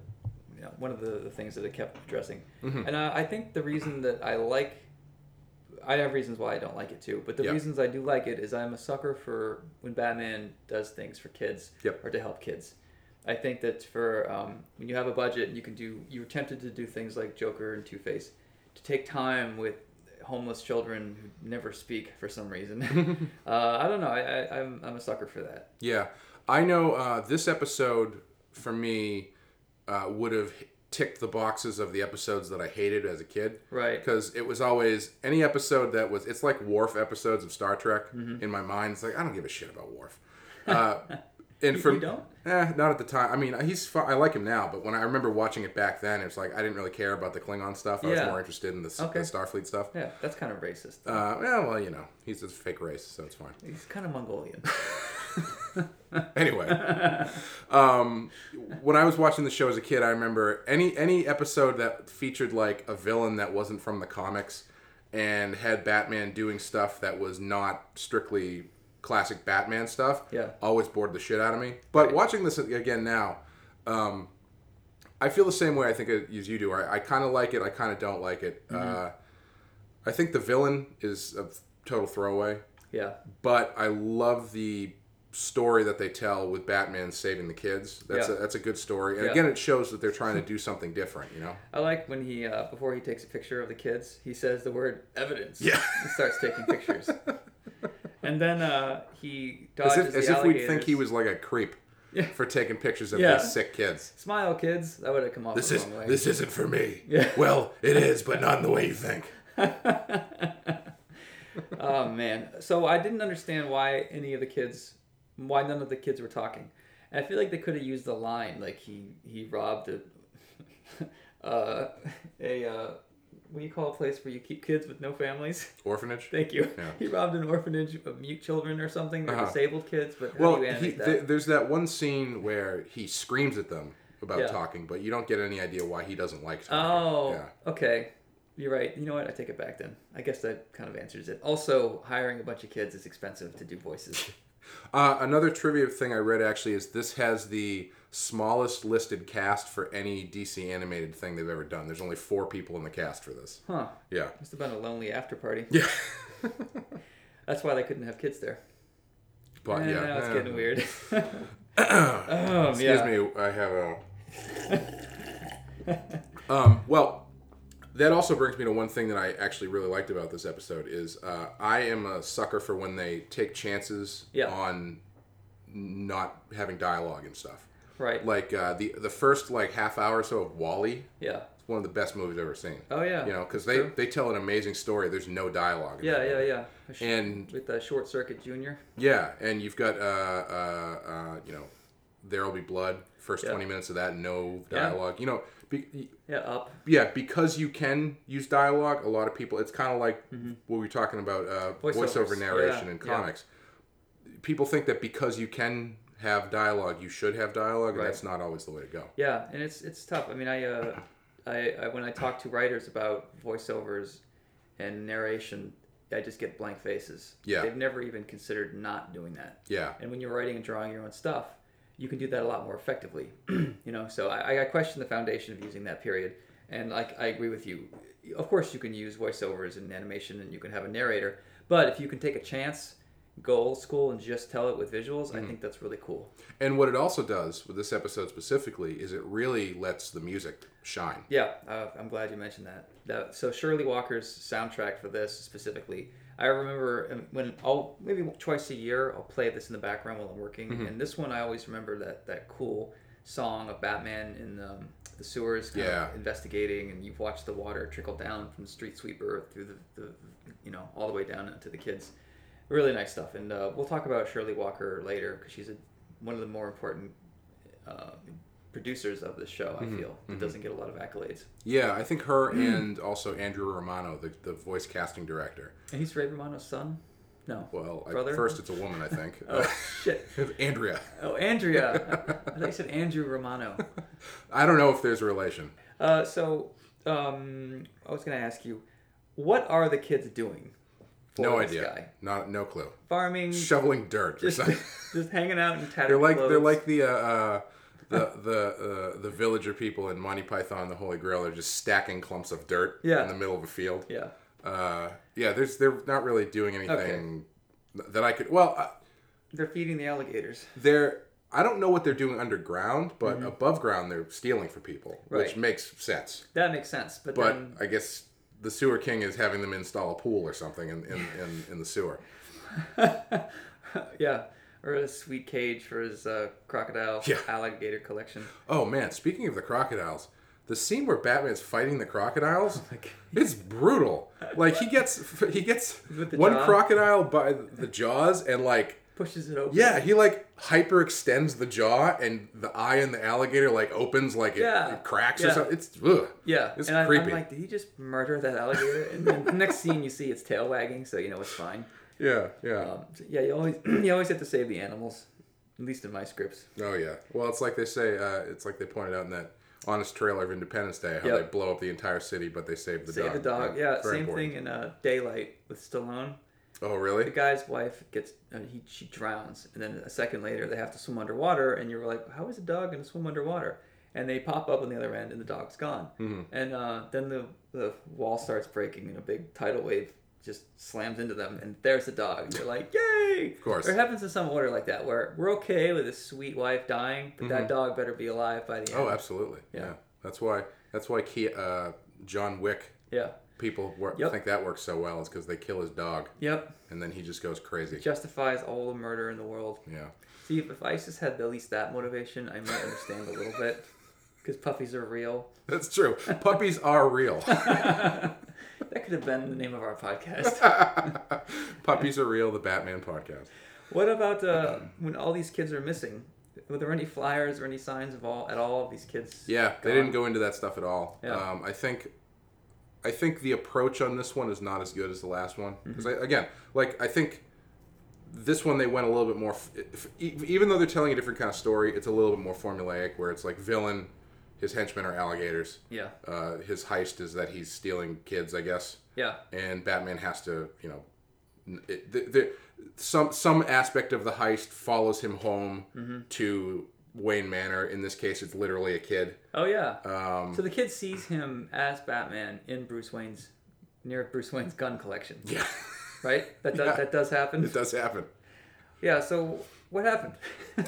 S2: you know, one of the, the things that it kept addressing. And uh, I think the reason that I like I have reasons why I don't like it too, but the
S1: Yep.
S2: reasons I do like it is I'm a sucker for when Batman does things for kids
S1: Yep.
S2: or to help kids. I think that for um, when you have a budget, you can do you're tempted to do things like Joker and Two Face, to take time with homeless children who never speak for some reason. uh, I don't know. I, I, I'm I'm a sucker for that.
S1: Yeah, I know. Uh, this episode for me uh, would have ticked the boxes of the episodes that I hated as a kid.
S2: Right.
S1: Because it was always any episode that was. It's like Worf episodes of Star Trek
S2: Mm-hmm.
S1: in my mind. It's like I don't give a shit about Worf. Uh, and
S2: You-
S1: for
S2: you don't?
S1: Eh, not at the time. I mean, he's. Fi- I like him now, but when I remember watching it back then, it's like I didn't really care about the Klingon stuff. I was
S2: Yeah.
S1: more interested in the, s-
S2: Okay.
S1: the Starfleet stuff.
S2: Yeah, that's kind of racist.
S1: Uh, yeah, well, you know, he's a fake race, so it's fine.
S2: He's kind of Mongolian.
S1: anyway, um, when I was watching the show as a kid, I remember any any episode that featured like a villain that wasn't from the comics and had Batman doing stuff that was not strictly classic Batman stuff.
S2: Yeah.
S1: always bored the shit out of me. But watching this again now, um, I feel the same way. I think uh, as you do. I, I kind of like it. I kind of don't like it. Uh, I think the villain is a total throwaway
S2: yeah.
S1: but I love the story that they tell with Batman saving the kids. That's
S2: Yeah.
S1: a, that's a good story, and
S2: Yeah.
S1: again, it shows that they're trying to do something different. You know?
S2: I like when he uh, before he takes a picture of the kids, he says the word evidence.
S1: Yeah.
S2: He starts taking pictures. and then uh, he
S1: As
S2: dodges
S1: if,
S2: the
S1: as if we'd
S2: alligators.
S1: think he was like a creep
S2: Yeah.
S1: for taking pictures of
S2: Yeah.
S1: these sick kids.
S2: smile, kids. That would have come off
S1: This
S2: the
S1: is
S2: wrong way.
S1: this isn't for me.
S2: Yeah.
S1: Well, it is, but not in the way you think.
S2: oh man! So I didn't understand why any of the kids, why none of the kids were talking. And I feel like they could have used the line like he he robbed a uh, a uh, what do you call a place where you keep kids with no families?
S1: Orphanage.
S2: Thank you.
S1: Yeah.
S2: He robbed an orphanage of mute children or something, or
S1: Uh-huh.
S2: disabled kids. But how
S1: well,
S2: do you
S1: he,
S2: animate that?
S1: th- there's that one scene where he screams at them about
S2: Yeah.
S1: talking, but you don't get any idea why he doesn't like talking.
S2: oh,
S1: yeah.
S2: okay. You're right. You know what? I take it back then. I guess that kind of answers it. Also, hiring a bunch of kids is expensive to do voices.
S1: Uh, another trivia thing I read actually is this has the smallest listed cast for any DC animated thing they've ever done. There's only four people in the cast for this.
S2: Huh.
S1: Yeah.
S2: Must have been a lonely after party.
S1: Yeah.
S2: That's why they couldn't have kids there.
S1: But
S2: Eh,
S1: yeah.
S2: now it's
S1: eh.
S2: getting weird. oh,
S1: Excuse me, I have a. um, well, that also brings me to one thing that I actually really liked about this episode is uh, I am a sucker for when they take chances
S2: Yeah.
S1: on not having dialogue and stuff.
S2: Right.
S1: Like uh, the the first like half hour or so of Wally
S2: Yeah.
S1: It's one of the best movies I've ever seen.
S2: Oh yeah.
S1: You know, because they,
S2: True.
S1: they tell an amazing story. There's no dialogue. in
S2: Yeah,
S1: that
S2: yeah,
S1: movie.
S2: yeah. A sh-
S1: And
S2: With uh, Short Circuit Junior.
S1: yeah, and you've got uh, uh, uh, you know, there'll be blood. First
S2: Yeah.
S1: twenty minutes of that, no
S2: Yeah.
S1: dialogue. You know, be,
S2: Yeah. Up.
S1: yeah, because you can use dialogue. A lot of people, it's kind of like what we were talking about uh,
S2: Voiceovers,
S1: voiceover narration
S2: Mm-hmm. yeah,
S1: in
S2: yeah.
S1: comics. People think that because you can have dialogue, you should have dialogue,
S2: Right.
S1: and that's not always the way to go.
S2: Yeah, and it's it's tough. I mean, I, uh, I, I when I talk to writers about voiceovers and narration, I just get blank faces.
S1: Yeah.
S2: they've never even considered not doing that.
S1: Yeah,
S2: And when you're writing and drawing your own stuff, you can do that a lot more effectively. you know, so I, I question the foundation of using that period. And like I agree with you. Of course, you can use voiceovers and animation, and you can have a narrator. But if you can take a chance, go old school and just tell it with visuals, I think that's really cool.
S1: and what it also does with this episode specifically is it really lets the music shine.
S2: Yeah, uh, I'm glad you mentioned that. that. So Shirley Walker's soundtrack for this specifically, I remember um, when I'll maybe twice a year I'll play this in the background while I'm working, and this one I always remember that that cool song of Batman in um, the sewers, kind
S1: Yeah.
S2: of investigating, and you've watched the water trickle down from the street sweeper through the, the you know all the way down to the kids. Really nice stuff, and uh, we'll talk about Shirley Walker later because she's a, one of the more important uh, producers of the show.
S1: Mm-hmm.
S2: I feel that doesn't get a lot of accolades.
S1: Yeah, I think her
S2: Hmm.
S1: and also Andrew Romano, the, the voice casting director.
S2: And he's Ray Romano's son. No.
S1: Well,
S2: Brother?
S1: at first it's a woman, I think.
S2: Oh shit.
S1: Andrea.
S2: Oh, Andrea. I thought you said Andrew Romano.
S1: I don't know if there's a relation.
S2: Uh, so, um, I was gonna ask you, what are the kids doing? for
S1: no
S2: this
S1: idea.
S2: guy?
S1: Not no clue.
S2: Farming.
S1: Shoveling dirt
S2: just,
S1: or something.
S2: just hanging out in tattered
S1: They're like
S2: clothes.
S1: they're like the uh, uh, the the uh, the villager people in Monty Python and the Holy Grail. They're just stacking clumps of dirt
S2: Yeah.
S1: in the middle of a field.
S2: Yeah.
S1: Uh, yeah, there's they're not really doing anything that I could. Well, I,
S2: They're feeding the alligators.
S1: they're I don't know what they're doing underground, but above ground they're stealing from people, which
S2: Mm-hmm. Right.
S1: makes sense.
S2: That makes sense, but,
S1: But
S2: then
S1: I guess the sewer king is having them install a pool or something in in, in, in the sewer.
S2: yeah, or a sweet cage for his uh, crocodile
S1: Yeah.
S2: alligator collection.
S1: Oh man, speaking of the crocodiles, the scene where Batman's fighting the
S2: Oh
S1: crocodiles, it's brutal. Like he gets he gets
S2: With the
S1: one
S2: jaw?
S1: crocodile by the jaws and like
S2: Pushes it open.
S1: yeah, he like hyper extends the jaw and the eye in the alligator like opens like it,
S2: Yeah.
S1: it cracks or
S2: Yeah.
S1: something. It's ugh.
S2: Yeah,
S1: It's
S2: and I'm-
S1: creepy.
S2: I'm like, did he just murder that alligator? And then the next scene, you see its tail wagging, so you know it's fine.
S1: yeah, yeah.
S2: Um, so yeah, you always you always have to save the animals, at least in my scripts.
S1: Oh yeah. Well, it's like they say. Uh, it's like they pointed out in that honest trailer of Independence Day how
S2: Yep.
S1: they blow up the entire city, but they save the
S2: Save
S1: dog.
S2: the dog. Yeah,
S1: very
S2: same
S1: important.
S2: thing in uh, Daylight with Stallone.
S1: Oh
S2: The
S1: really?
S2: guy's wife gets uh, he she drowns, and then a second later they have to swim underwater, and you're like, how is a dog gonna swim underwater? And they pop up on the other end, and the dog's gone.
S1: Mm-hmm.
S2: And uh, then the the wall starts breaking, and a big tidal wave just slams into them, and there's the dog. You're like, yay! Of
S1: course.
S2: Or it happens in some order like that, where we're okay with his sweet wife dying, but that dog better be alive by the end.
S1: Mm-hmm. Oh, absolutely. Yeah.
S2: Yeah.
S1: That's why. That's why Ke- uh, John Wick
S2: yeah.
S1: people wor-
S2: Yep.
S1: think that works so well is because they kill his dog
S2: Yep.
S1: and then he just goes crazy.
S2: Justifies all the murder in the world.
S1: yeah.
S2: See, if, if ISIS had at least that motivation, I might understand a little bit. Because puppies are real.
S1: That's true. Puppies are real.
S2: That could have been the name of our podcast.
S1: Puppies are real. The Batman podcast.
S2: what about uh,
S1: Um,
S2: when all these kids are missing? Were there any flyers or any signs of all at all of these kids?
S1: Yeah, they
S2: gone?
S1: didn't go into that stuff at all.
S2: Yeah.
S1: Um, I think, I think the approach on this one is not as good as the last one. 'Cause I, again, like I think this one they went a little bit more. f- If, e- even though they're telling a different kind of story, it's a little bit more formulaic, where it's like villain, his henchmen are alligators.
S2: Yeah.
S1: Uh, his heist is that he's stealing kids, I guess,
S2: Yeah.
S1: and Batman has to, you know, n- it, the, the, some some aspect of the heist follows him home to Wayne Manor. In this case, it's literally a kid.
S2: Oh yeah.
S1: Um,
S2: so the kid sees him as Batman in Bruce Wayne's near Bruce Wayne's gun collection.
S1: yeah,
S2: Right? That does
S1: Yeah.
S2: that does happen.
S1: it does happen.
S2: Yeah, so what happened?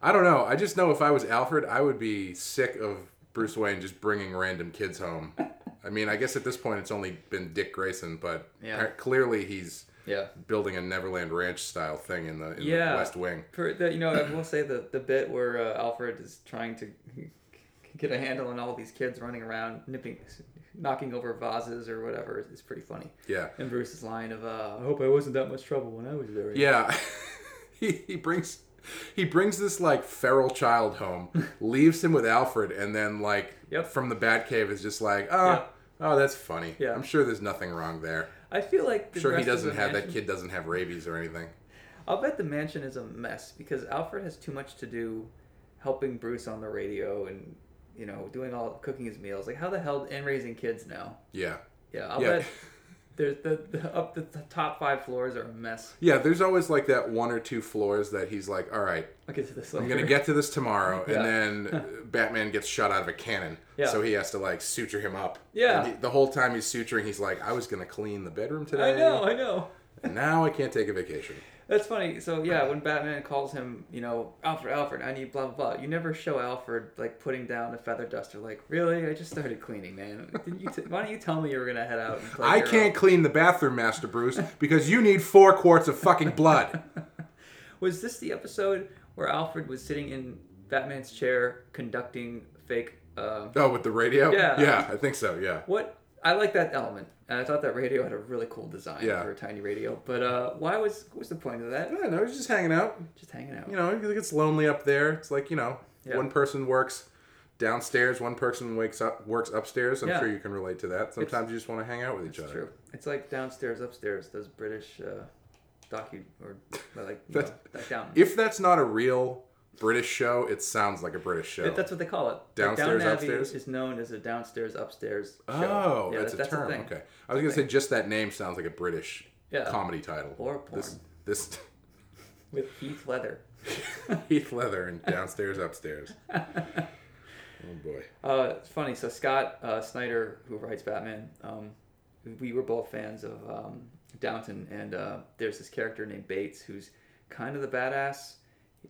S1: I don't know. I just know if I was Alfred, I would be sick of Bruce Wayne just bringing random kids home. I mean, I guess at this point it's only been Dick Grayson, but
S2: Yeah.
S1: par- clearly he's
S2: yeah.
S1: building a Neverland Ranch style thing in the, in
S2: Yeah.
S1: the West Wing.
S2: For the, you know, I will say the the bit where uh, Alfred is trying to get a handle on all these kids running around, nipping, knocking over vases or whatever is, is pretty funny.
S1: Yeah.
S2: And Bruce's line of, uh, "I hope I wasn't that much trouble when I was there."
S1: Yeah. he, he brings he brings this like feral child home, leaves him with Alfred, and then like
S2: Yep.
S1: from the Batcave is just like, oh, oh, that's funny.
S2: Yeah.
S1: I'm sure there's nothing wrong there.
S2: I feel like the
S1: sure he
S2: rest of
S1: doesn't
S2: the
S1: have that
S2: mansion-
S1: kid doesn't have rabies or anything.
S2: I'll bet the mansion is a mess because Alfred has too much to do, helping Bruce on the radio and you know doing all cooking his meals. Like how the hell and raising kids now?
S1: Yeah.
S2: Yeah, I'll
S1: Yeah.
S2: bet. There's the, the up the, the top five floors are a mess.
S1: Yeah, there's always like that one or two floors that he's like, all right,
S2: I'll get to this
S1: I'm
S2: later.
S1: going to get to this tomorrow.
S2: Yeah.
S1: And then uh, Batman gets shot out of a cannon.
S2: Yeah.
S1: So he has to like suture him up.
S2: Yeah.
S1: And he- the whole time he's suturing, he's like, I was going to clean the bedroom today.
S2: I know, I know.
S1: And now I can't take a vacation.
S2: That's funny. So yeah, when Batman calls him, you know, Alfred, Alfred, I need blah blah blah. You never show Alfred like putting down a feather duster. Like, really? I just started cleaning, man. Didn't you? T- why don't you tell me you were gonna head out? And play
S1: I
S2: hero?"
S1: can't clean the bathroom, Master Bruce, because you need four quarts of fucking blood.
S2: Was this the episode where Alfred was sitting in Batman's chair conducting fake? Uh,
S1: Oh, with the radio?
S2: Yeah.
S1: Yeah, I think so, yeah.
S2: what? I like that element, and I thought that radio had a really cool design
S1: Yeah.
S2: for a tiny radio. But uh, why was what was the point of that?
S1: I don't know, he's just hanging out.
S2: Just hanging out.
S1: You know, it gets lonely up there. It's like, you know,
S2: Yeah.
S1: one person works downstairs, one person wakes up works upstairs. I'm
S2: Yeah.
S1: sure you can relate to that. Sometimes you just want to hang out with each
S2: It's
S1: other.
S2: true. It's like downstairs, upstairs. Those British uh, docu or like you know,
S1: That-
S2: like down.
S1: If that's not a real British show, it sounds like a British show.
S2: That- that's what they call it. Like,
S1: Downstairs,
S2: Down Abbey
S1: upstairs?
S2: is known as a downstairs, upstairs. Show.
S1: Oh,
S2: Yeah,
S1: that's,
S2: that-
S1: a term.
S2: thing.
S1: okay. I was going to say just that name sounds like a British
S2: Yeah.
S1: comedy title.
S2: Or porn.
S1: This, this
S2: With Heath Leather.
S1: Heath Leather and downstairs, upstairs. oh boy.
S2: Uh, it's funny. So Scott uh, Snyder, who writes Batman, um, we were both fans of um, Downton, and uh, there's this character named Bates who's kind of the badass.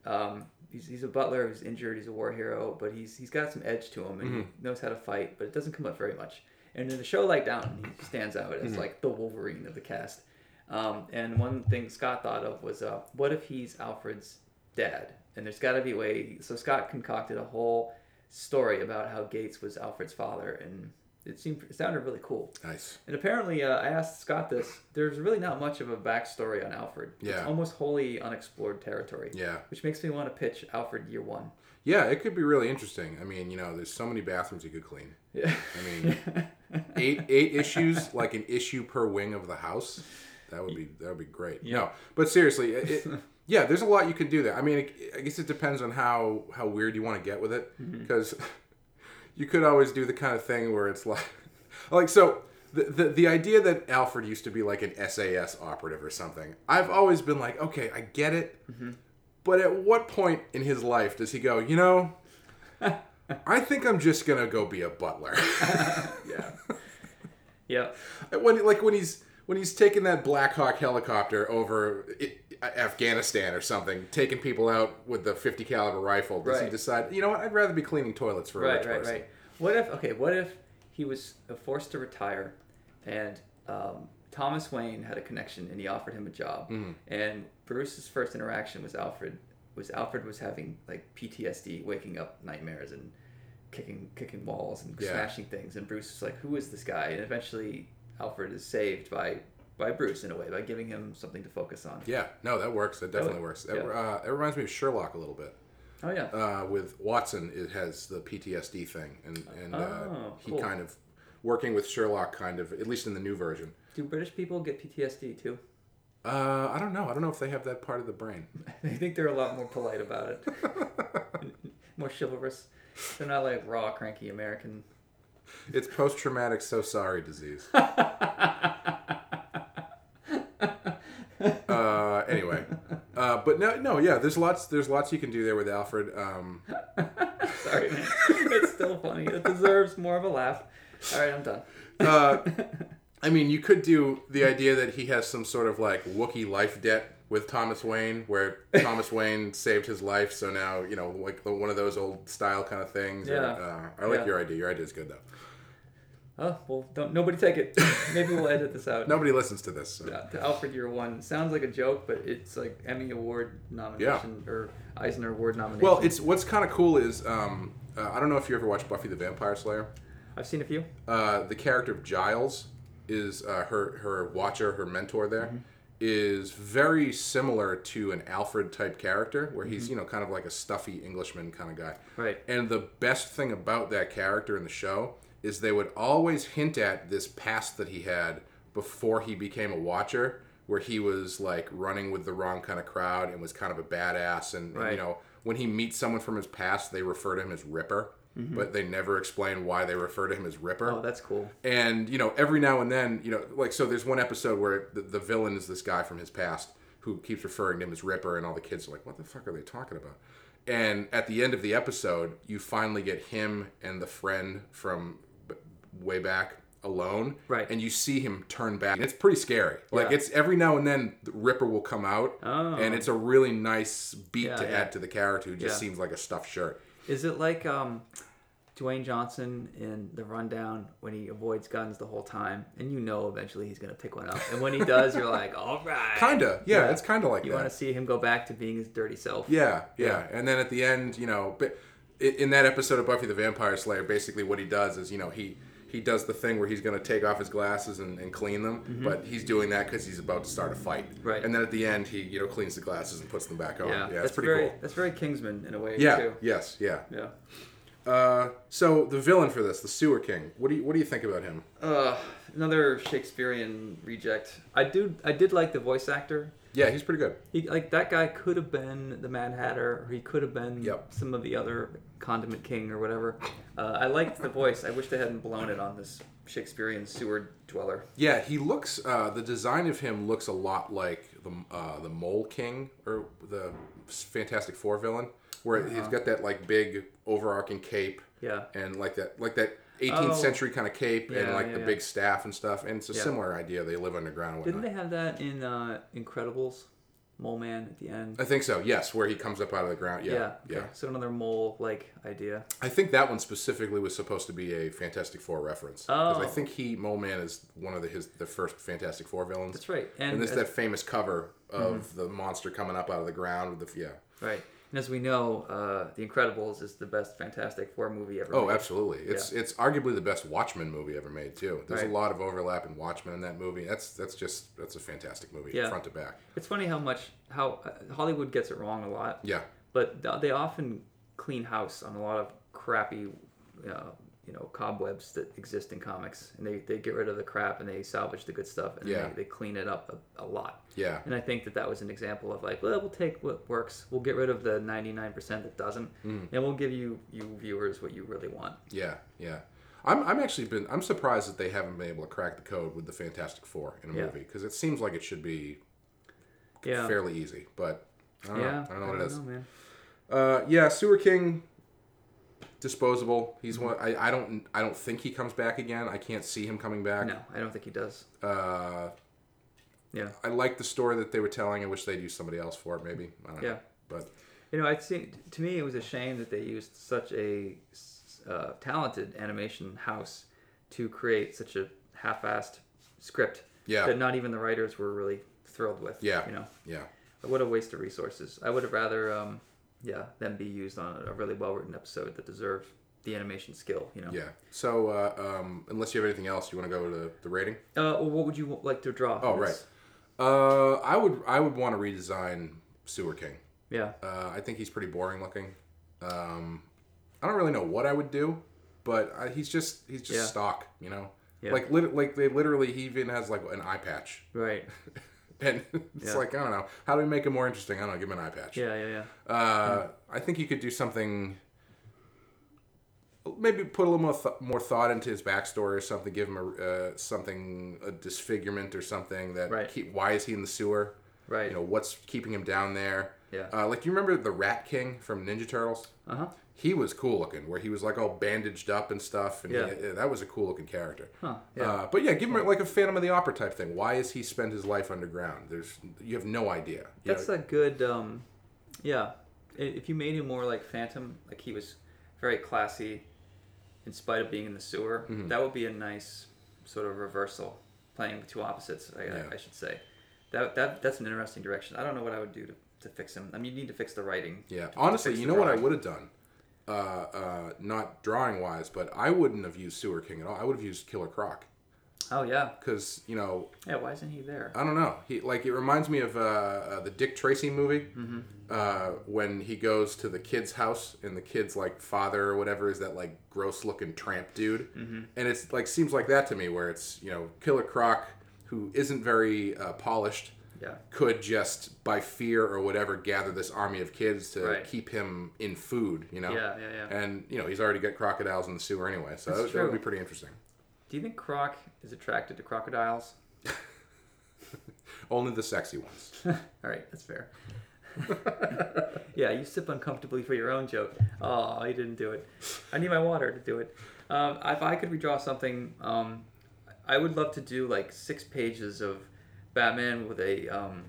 S2: Um, he's, he's a butler who's injured. He's a war hero, but he's he's got some edge to him, and he knows how to fight, but it doesn't come up very much. And in a show like Downton, he stands out as like the Wolverine of the cast. Um, and one thing Scott thought of was, uh, what if he's Alfred's dad? And there's got to be a way. So Scott concocted a whole story about how Gates was Alfred's father, and it seemed it sounded really cool.
S1: Nice.
S2: And apparently, uh, I asked Scott this. There's really not much of a backstory on Alfred.
S1: Yeah.
S2: It's almost wholly unexplored territory.
S1: Yeah.
S2: Which makes me want to pitch Alfred Year One.
S1: Yeah, it could be really interesting. I mean, you know, there's so many bathrooms you could clean.
S2: Yeah.
S1: I mean, eight eight issues, like an issue per wing of the house. That would be that would be great. No, but seriously, it, it- yeah, there's a lot you can do there. I mean, it, I guess it depends on how how weird you want to get with it, because you could always do the kind of thing where it's like, like so. The, the, the idea that Alfred used to be like an SAS operative or something, I've always been like, okay, I get it. But at what point in his life does he go, you know, I think I'm just going to go be a butler?
S2: yeah. yeah.
S1: when like when he's when he's taking that Black Hawk helicopter over i Afghanistan or something, taking people out with the 50 caliber rifle, does he
S2: Right.
S1: decide, you know what, I'd rather be cleaning toilets for a
S2: Right.
S1: rich
S2: Right.
S1: person.
S2: Right. What if? Okay. What if he was uh, forced to retire, and um, Thomas Wayne had a connection, and he offered him a job.
S1: Mm-hmm.
S2: And Bruce's first interaction with Alfred was Alfred was having like PTSD, waking up nightmares, and kicking kicking walls and
S1: Yeah.
S2: smashing things. And Bruce is like, "Who is this guy?" And eventually, Alfred is saved by by Bruce in a way by giving him something to focus on.
S1: Yeah, no, that works. That definitely
S2: would-
S1: works. That,
S2: yeah.
S1: uh, it reminds me of Sherlock a little bit.
S2: Oh yeah.
S1: Uh, with Watson, it has the PTSD thing, and and uh,
S2: Oh,
S1: he
S2: cool.
S1: kind of working with Sherlock, kind of at least in the new version.
S2: Do British people get PTSD too?
S1: Uh, I don't know. I don't know if they have that part of the brain.
S2: I think they're a lot more polite about it, more chivalrous. They're not like raw, cranky American.
S1: It's post traumatic so sorry disease. uh, anyway, uh, but no, no, yeah. There's lots. There's lots you can do there with Alfred. Um,
S2: Sorry, man. it's still funny. It deserves more of a laugh. All right, I'm done.
S1: uh, I mean, you could do the idea that he has some sort of like Wookiee life debt with Thomas Wayne, where Thomas Wayne saved his life, so now you know, like the- one of those old style kind of things. or,
S2: Yeah.
S1: uh, I like
S2: Yeah.
S1: your idea. Your idea is good though.
S2: Oh well, don't nobody take it. Maybe we'll edit this out.
S1: Nobody listens to this. so-
S2: Uh, to Alfred Year One sounds like a joke, but it's like Emmy Award nomination or Eisner Award nomination.
S1: Well, it's what's kind of cool is um, uh, I don't know if you ever watched Buffy the Vampire Slayer.
S2: I've seen a few.
S1: Uh, the character of Giles is uh, her her watcher, her mentor there
S2: Mm-hmm.
S1: is very similar to an Alfred type character where he's you know kind of like a stuffy Englishman kind of guy.
S2: Mm-hmm. Right.
S1: And the best thing about that character in the show is they would always hint at this past that he had before he became a watcher, where he was like running with the wrong kind of crowd and was kind of a badass. And, and, you
S2: Right.
S1: know, when he meets someone from his past, they refer to him as Ripper, but they never explain why they refer to him as Ripper
S2: Mm-hmm. Oh, that's cool.
S1: and you know every now and then you know like so there's one episode where the, the villain is this guy from his past who keeps referring to him as ripper and all the kids are like what the fuck are they talking about and at the end of the episode you finally get him and the friend from b- way back alone
S2: Right.
S1: and you see him turn back and it's pretty scary like
S2: Yeah.
S1: it's every now and then the ripper will come out
S2: Oh.
S1: and it's a really nice beat
S2: Yeah,
S1: to
S2: yeah.
S1: add to the character who just
S2: Yeah.
S1: seems like a stuffed shirt
S2: Is it like um, Dwayne Johnson in The Rundown when he avoids guns the whole time, and you know eventually he's gonna pick one up, and when he does, you're like, all right.
S1: kinda yeah,
S2: Yeah.
S1: it's kinda like
S2: You
S1: that.
S2: want to see him go back to being his dirty self.
S1: Yeah, yeah. And then at the end, you know, but i- in that episode of Buffy the Vampire Slayer, basically what he does is, you know, he he does the thing where he's going to take off his glasses and, and clean them, but he's doing that because he's about to start a fight.
S2: Mm-hmm. Right.
S1: And then at the end, he you know cleans the glasses and puts them back on. Yeah,
S2: that's
S1: it's pretty
S2: very,
S1: cool.
S2: That's very Kingsman in a way
S1: Yeah.
S2: too.
S1: Yes. Yeah.
S2: Yeah.
S1: Uh, so the villain for this, the Sewer King. What do you what do you think about him?
S2: Uh, another Shakespearean reject. I do. I did like the voice actor.
S1: Yeah, he's pretty good.
S2: He like that guy could have been the Mad Hatter, or he could have been
S1: Yep.
S2: some of the other Condiment King or whatever. Uh, I liked the voice. I wish they hadn't blown it on this Shakespearean sewer dweller.
S1: Yeah, he looks. Uh, the design of him looks a lot like the uh, the Mole King or the Fantastic
S2: Uh-huh.
S1: Four villain, where he's got that like big overarching cape
S2: Yeah.
S1: and like that like that 18th
S2: Oh.
S1: century kind of cape and
S2: Yeah,
S1: like
S2: yeah,
S1: the
S2: yeah.
S1: big staff and stuff. And it's a
S2: Yeah.
S1: similar idea. They live underground and
S2: Didn't
S1: whatnot.
S2: they have that in uh, Incredibles? Mole Man at the end.
S1: I think so. Yes, where he comes up out of the ground. Yeah, yeah.
S2: okay. So another mole like idea.
S1: I think that one specifically was supposed to be a Fantastic Four reference. 'Cause I
S2: Oh.
S1: think he Mole Man is one of the, his the first Fantastic Four villains.
S2: That's right. And,
S1: And Mm-hmm. there's
S2: as-
S1: that famous cover of the monster coming up out of the ground with the yeah.
S2: right. And as we know, uh, The Incredibles is the best Fantastic Four movie ever.
S1: Oh,
S2: made.
S1: absolutely. It's it's arguably the best Watchmen movie ever made too. There's a
S2: Right.
S1: lot of overlap in Watchmen in that movie. That's that's just that's a fantastic movie
S2: Yeah.
S1: front to back.
S2: It's funny how much how uh, Hollywood gets it wrong a lot,
S1: Yeah.
S2: but th- they often clean house on a lot of crappy, uh, you know, cobwebs that exist in comics, and they, they get rid of the crap and they salvage the good stuff and
S1: Yeah.
S2: they, they clean it up a, a lot.
S1: Yeah.
S2: And I think that that was an example of like, well, we'll take what works, we'll get rid of the 99% that doesn't,
S1: Mm.
S2: and we'll give you you viewers what you really want.
S1: Yeah, yeah. I'm, I'm actually been I'm surprised that they haven't been able to crack the code with the Fantastic Four in a
S2: Yeah.
S1: movie because it seems like it should be
S2: Yeah.
S1: fairly easy, but I don't
S2: yeah.
S1: know. I don't know what it is.
S2: man.
S1: Uh, yeah, Sewer King, disposable. He's one. I, I don't I don't think he comes back again. I can't see him coming back.
S2: No, I don't think he does.
S1: Uh,
S2: Yeah.
S1: I like the story that they were telling. I wish they'd use somebody else for it. Maybe I don't know.
S2: Yeah.
S1: But
S2: You know, I think to me it was a shame that they used such a uh, talented animation house to create such a half-assed script
S1: Yeah.
S2: that not even the writers were really thrilled with.
S1: Yeah.
S2: you know,
S1: yeah,
S2: what a waste of resources. I would have rather, um, yeah, them be used on a really well-written episode that deserved the animation skill. You know.
S1: yeah. So uh, um, unless you have anything else, you want to go to the rating?
S2: Uh, well, what would you like to draw?
S1: Oh right. Uh, I would I would want to redesign Sewer King.
S2: Yeah.
S1: Uh, I think he's pretty boring looking. Um, I don't really know what I would do, but I, he's just he's just
S2: Yeah.
S1: stock, you know.
S2: Yeah.
S1: Like lit- like they literally he even has like an eye patch,
S2: Right.
S1: and it's
S2: Yeah.
S1: like I don't know how do we make him more interesting? I don't know, give him an eye patch.
S2: Yeah. Yeah. Yeah.
S1: Uh, I think you could do something. Maybe put a little more, th- more thought into his backstory or something. Give him a uh, something a disfigurement or something that.
S2: Right.
S1: Keep, why is he in the sewer?
S2: Right.
S1: You know what's keeping him down there?
S2: Yeah.
S1: Uh, like you remember the Rat King from Ninja Turtles?
S2: Uh huh.
S1: He was cool looking, where he was like all bandaged up and stuff, and he-
S2: Yeah.
S1: that was a cool looking character.
S2: Huh. Yeah.
S1: Uh, but yeah, give him like a Phantom of the Opera type thing. Why has he spent his life underground? There's you have no idea. You
S2: That's
S1: know,
S2: a good, um, yeah. I- If you made him more like Phantom, like he was very classy, in spite of being in the sewer,
S1: Mm-hmm.
S2: that would be a nice sort of reversal, playing the two opposites. I, I-
S1: Yeah.
S2: I should say, that that that's an interesting direction. I don't know what I would do to, to fix him. I mean, you need to fix the writing.
S1: Yeah, honestly,
S2: fix
S1: you
S2: the
S1: know what I
S2: drawing.
S1: would have done? Uh, uh, not drawing wise, but I wouldn't have used Sewer King at all. I would have used Killer Croc
S2: Oh yeah,
S1: because you know
S2: yeah. Why isn't he there?
S1: I don't know. He like it reminds me of uh, uh, the Dick Tracy movie
S2: Mm-hmm.
S1: uh, when he goes to the kid's house and the kid's like father or whatever is that like gross looking tramp dude,
S2: Mm-hmm.
S1: and it's like seems like that to me where it's you know Killer Croc who isn't very uh, polished
S2: Yeah.
S1: could just by fear or whatever gather this army of kids to
S2: Right.
S1: keep him in food, you know.
S2: Yeah, yeah, yeah.
S1: And you know he's already got crocodiles in the sewer anyway, so that, would-
S2: That's
S1: that would be
S2: true.
S1: pretty interesting.
S2: Do you think Croc is attracted to crocodiles?
S1: Only the sexy ones.
S2: All right, that's fair. yeah, you sip uncomfortably for your own joke. Oh, you didn't do it. I need my water to do it. Um, if I could redraw something, um, I would love to do like six pages of Batman with a, um,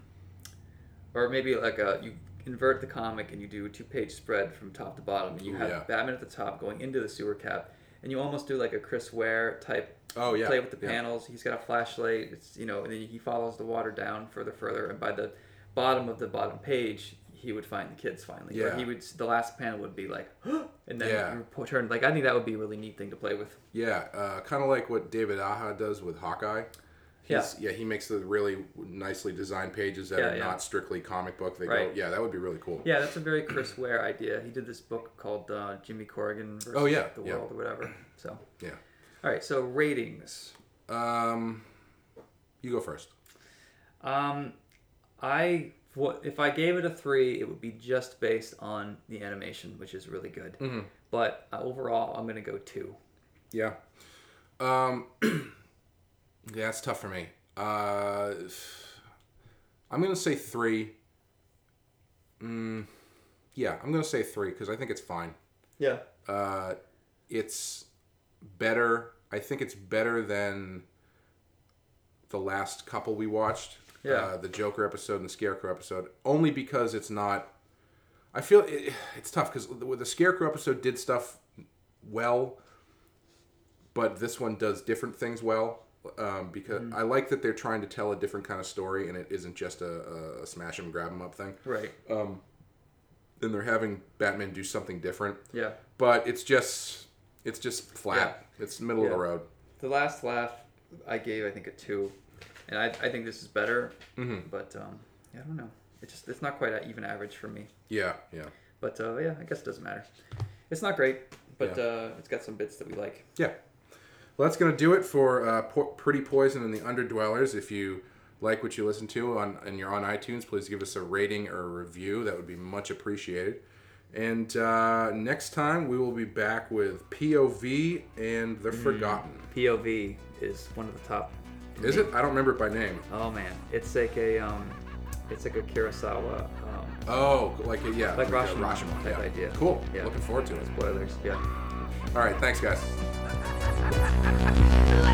S2: or maybe like a you invert the comic and you do a two-page spread from top to bottom, and you
S1: Ooh,
S2: have
S1: yeah.
S2: Batman at the top going into the sewer cap, and you almost do like a Chris Ware type
S1: Oh yeah.
S2: play with the
S1: yeah.
S2: panels. He's got a flashlight. It's you know, and then he follows the water down further, further, and by the bottom of the bottom page, he would find the kids finally. Or
S1: Yeah.
S2: he would. The last panel would be like, and then
S1: Yeah.
S2: you po- turn. Like I think that would be a really neat thing to play with.
S1: Yeah, uh, kind of like what David Aja does with Hawkeye. He's, yeah. he makes the really nicely designed pages that
S2: Yeah,
S1: are
S2: yeah.
S1: not strictly comic book. They go,
S2: Right.
S1: yeah, that would be really cool.
S2: Yeah, that's a very Chris Ware idea. He did this book called uh, Jimmy Corrigan versus
S1: Oh, yeah,
S2: the
S1: yeah.
S2: World or whatever. So,
S1: Yeah.
S2: all right. So ratings.
S1: Um, you go first.
S2: Um, I what if I gave it a three, it would be just based on the animation, which is really good.
S1: Mm-hmm.
S2: But uh, overall, I'm gonna go two.
S1: Yeah. Um, yeah, it's tough for me. Uh, I'm gonna say three. Mm, yeah, I'm gonna say three because I think it's fine.
S2: Yeah.
S1: Uh, it's better. I think it's better than the last couple we watched.
S2: Yeah.
S1: Uh, the Joker episode and the Scarecrow episode, only because it's not. I feel it, it's tough because the, the Scarecrow episode did stuff well, but this one does different things well. Um, because
S2: Mm-hmm.
S1: I like that they're trying to tell a different kind of story, and it isn't just a, a smash 'em, grab 'em up thing.
S2: Right.
S1: And they're having Batman do something different,
S2: yeah.
S1: but it's just it's just flat. It's middle of the
S2: Yeah.
S1: road.
S2: The last laugh I gave, I think a two, and I, I think this is better. But um, yeah, I don't know. It's just it's not quite a even average for me.
S1: Yeah, yeah,
S2: But uh, yeah, I guess it doesn't matter. It's not great, but
S1: Yeah.
S2: uh, it's got some bits that we like.
S1: yeah. Well, that's gonna do it for uh, po- Pretty Poison and the Underdwellers. If you like what you listen to on and you're on iTunes, please give us a rating or a review. That would be much appreciated. And uh, next time we will be back with POV and
S2: Mm-hmm.
S1: the Forgotten.
S2: POV is one of the top.
S1: Is it? I don't remember it by name.
S2: Oh man, it's like a um, it's like a Kurosawa. Um,
S1: Oh, like yeah,
S2: Like
S1: uh,
S2: Rashomon
S1: Rashomon,
S2: type
S1: yeah.
S2: idea.
S1: Cool.
S2: Yeah.
S1: Looking forward to it.
S2: spoilers, yeah.
S1: All right, thanks guys.
S3: La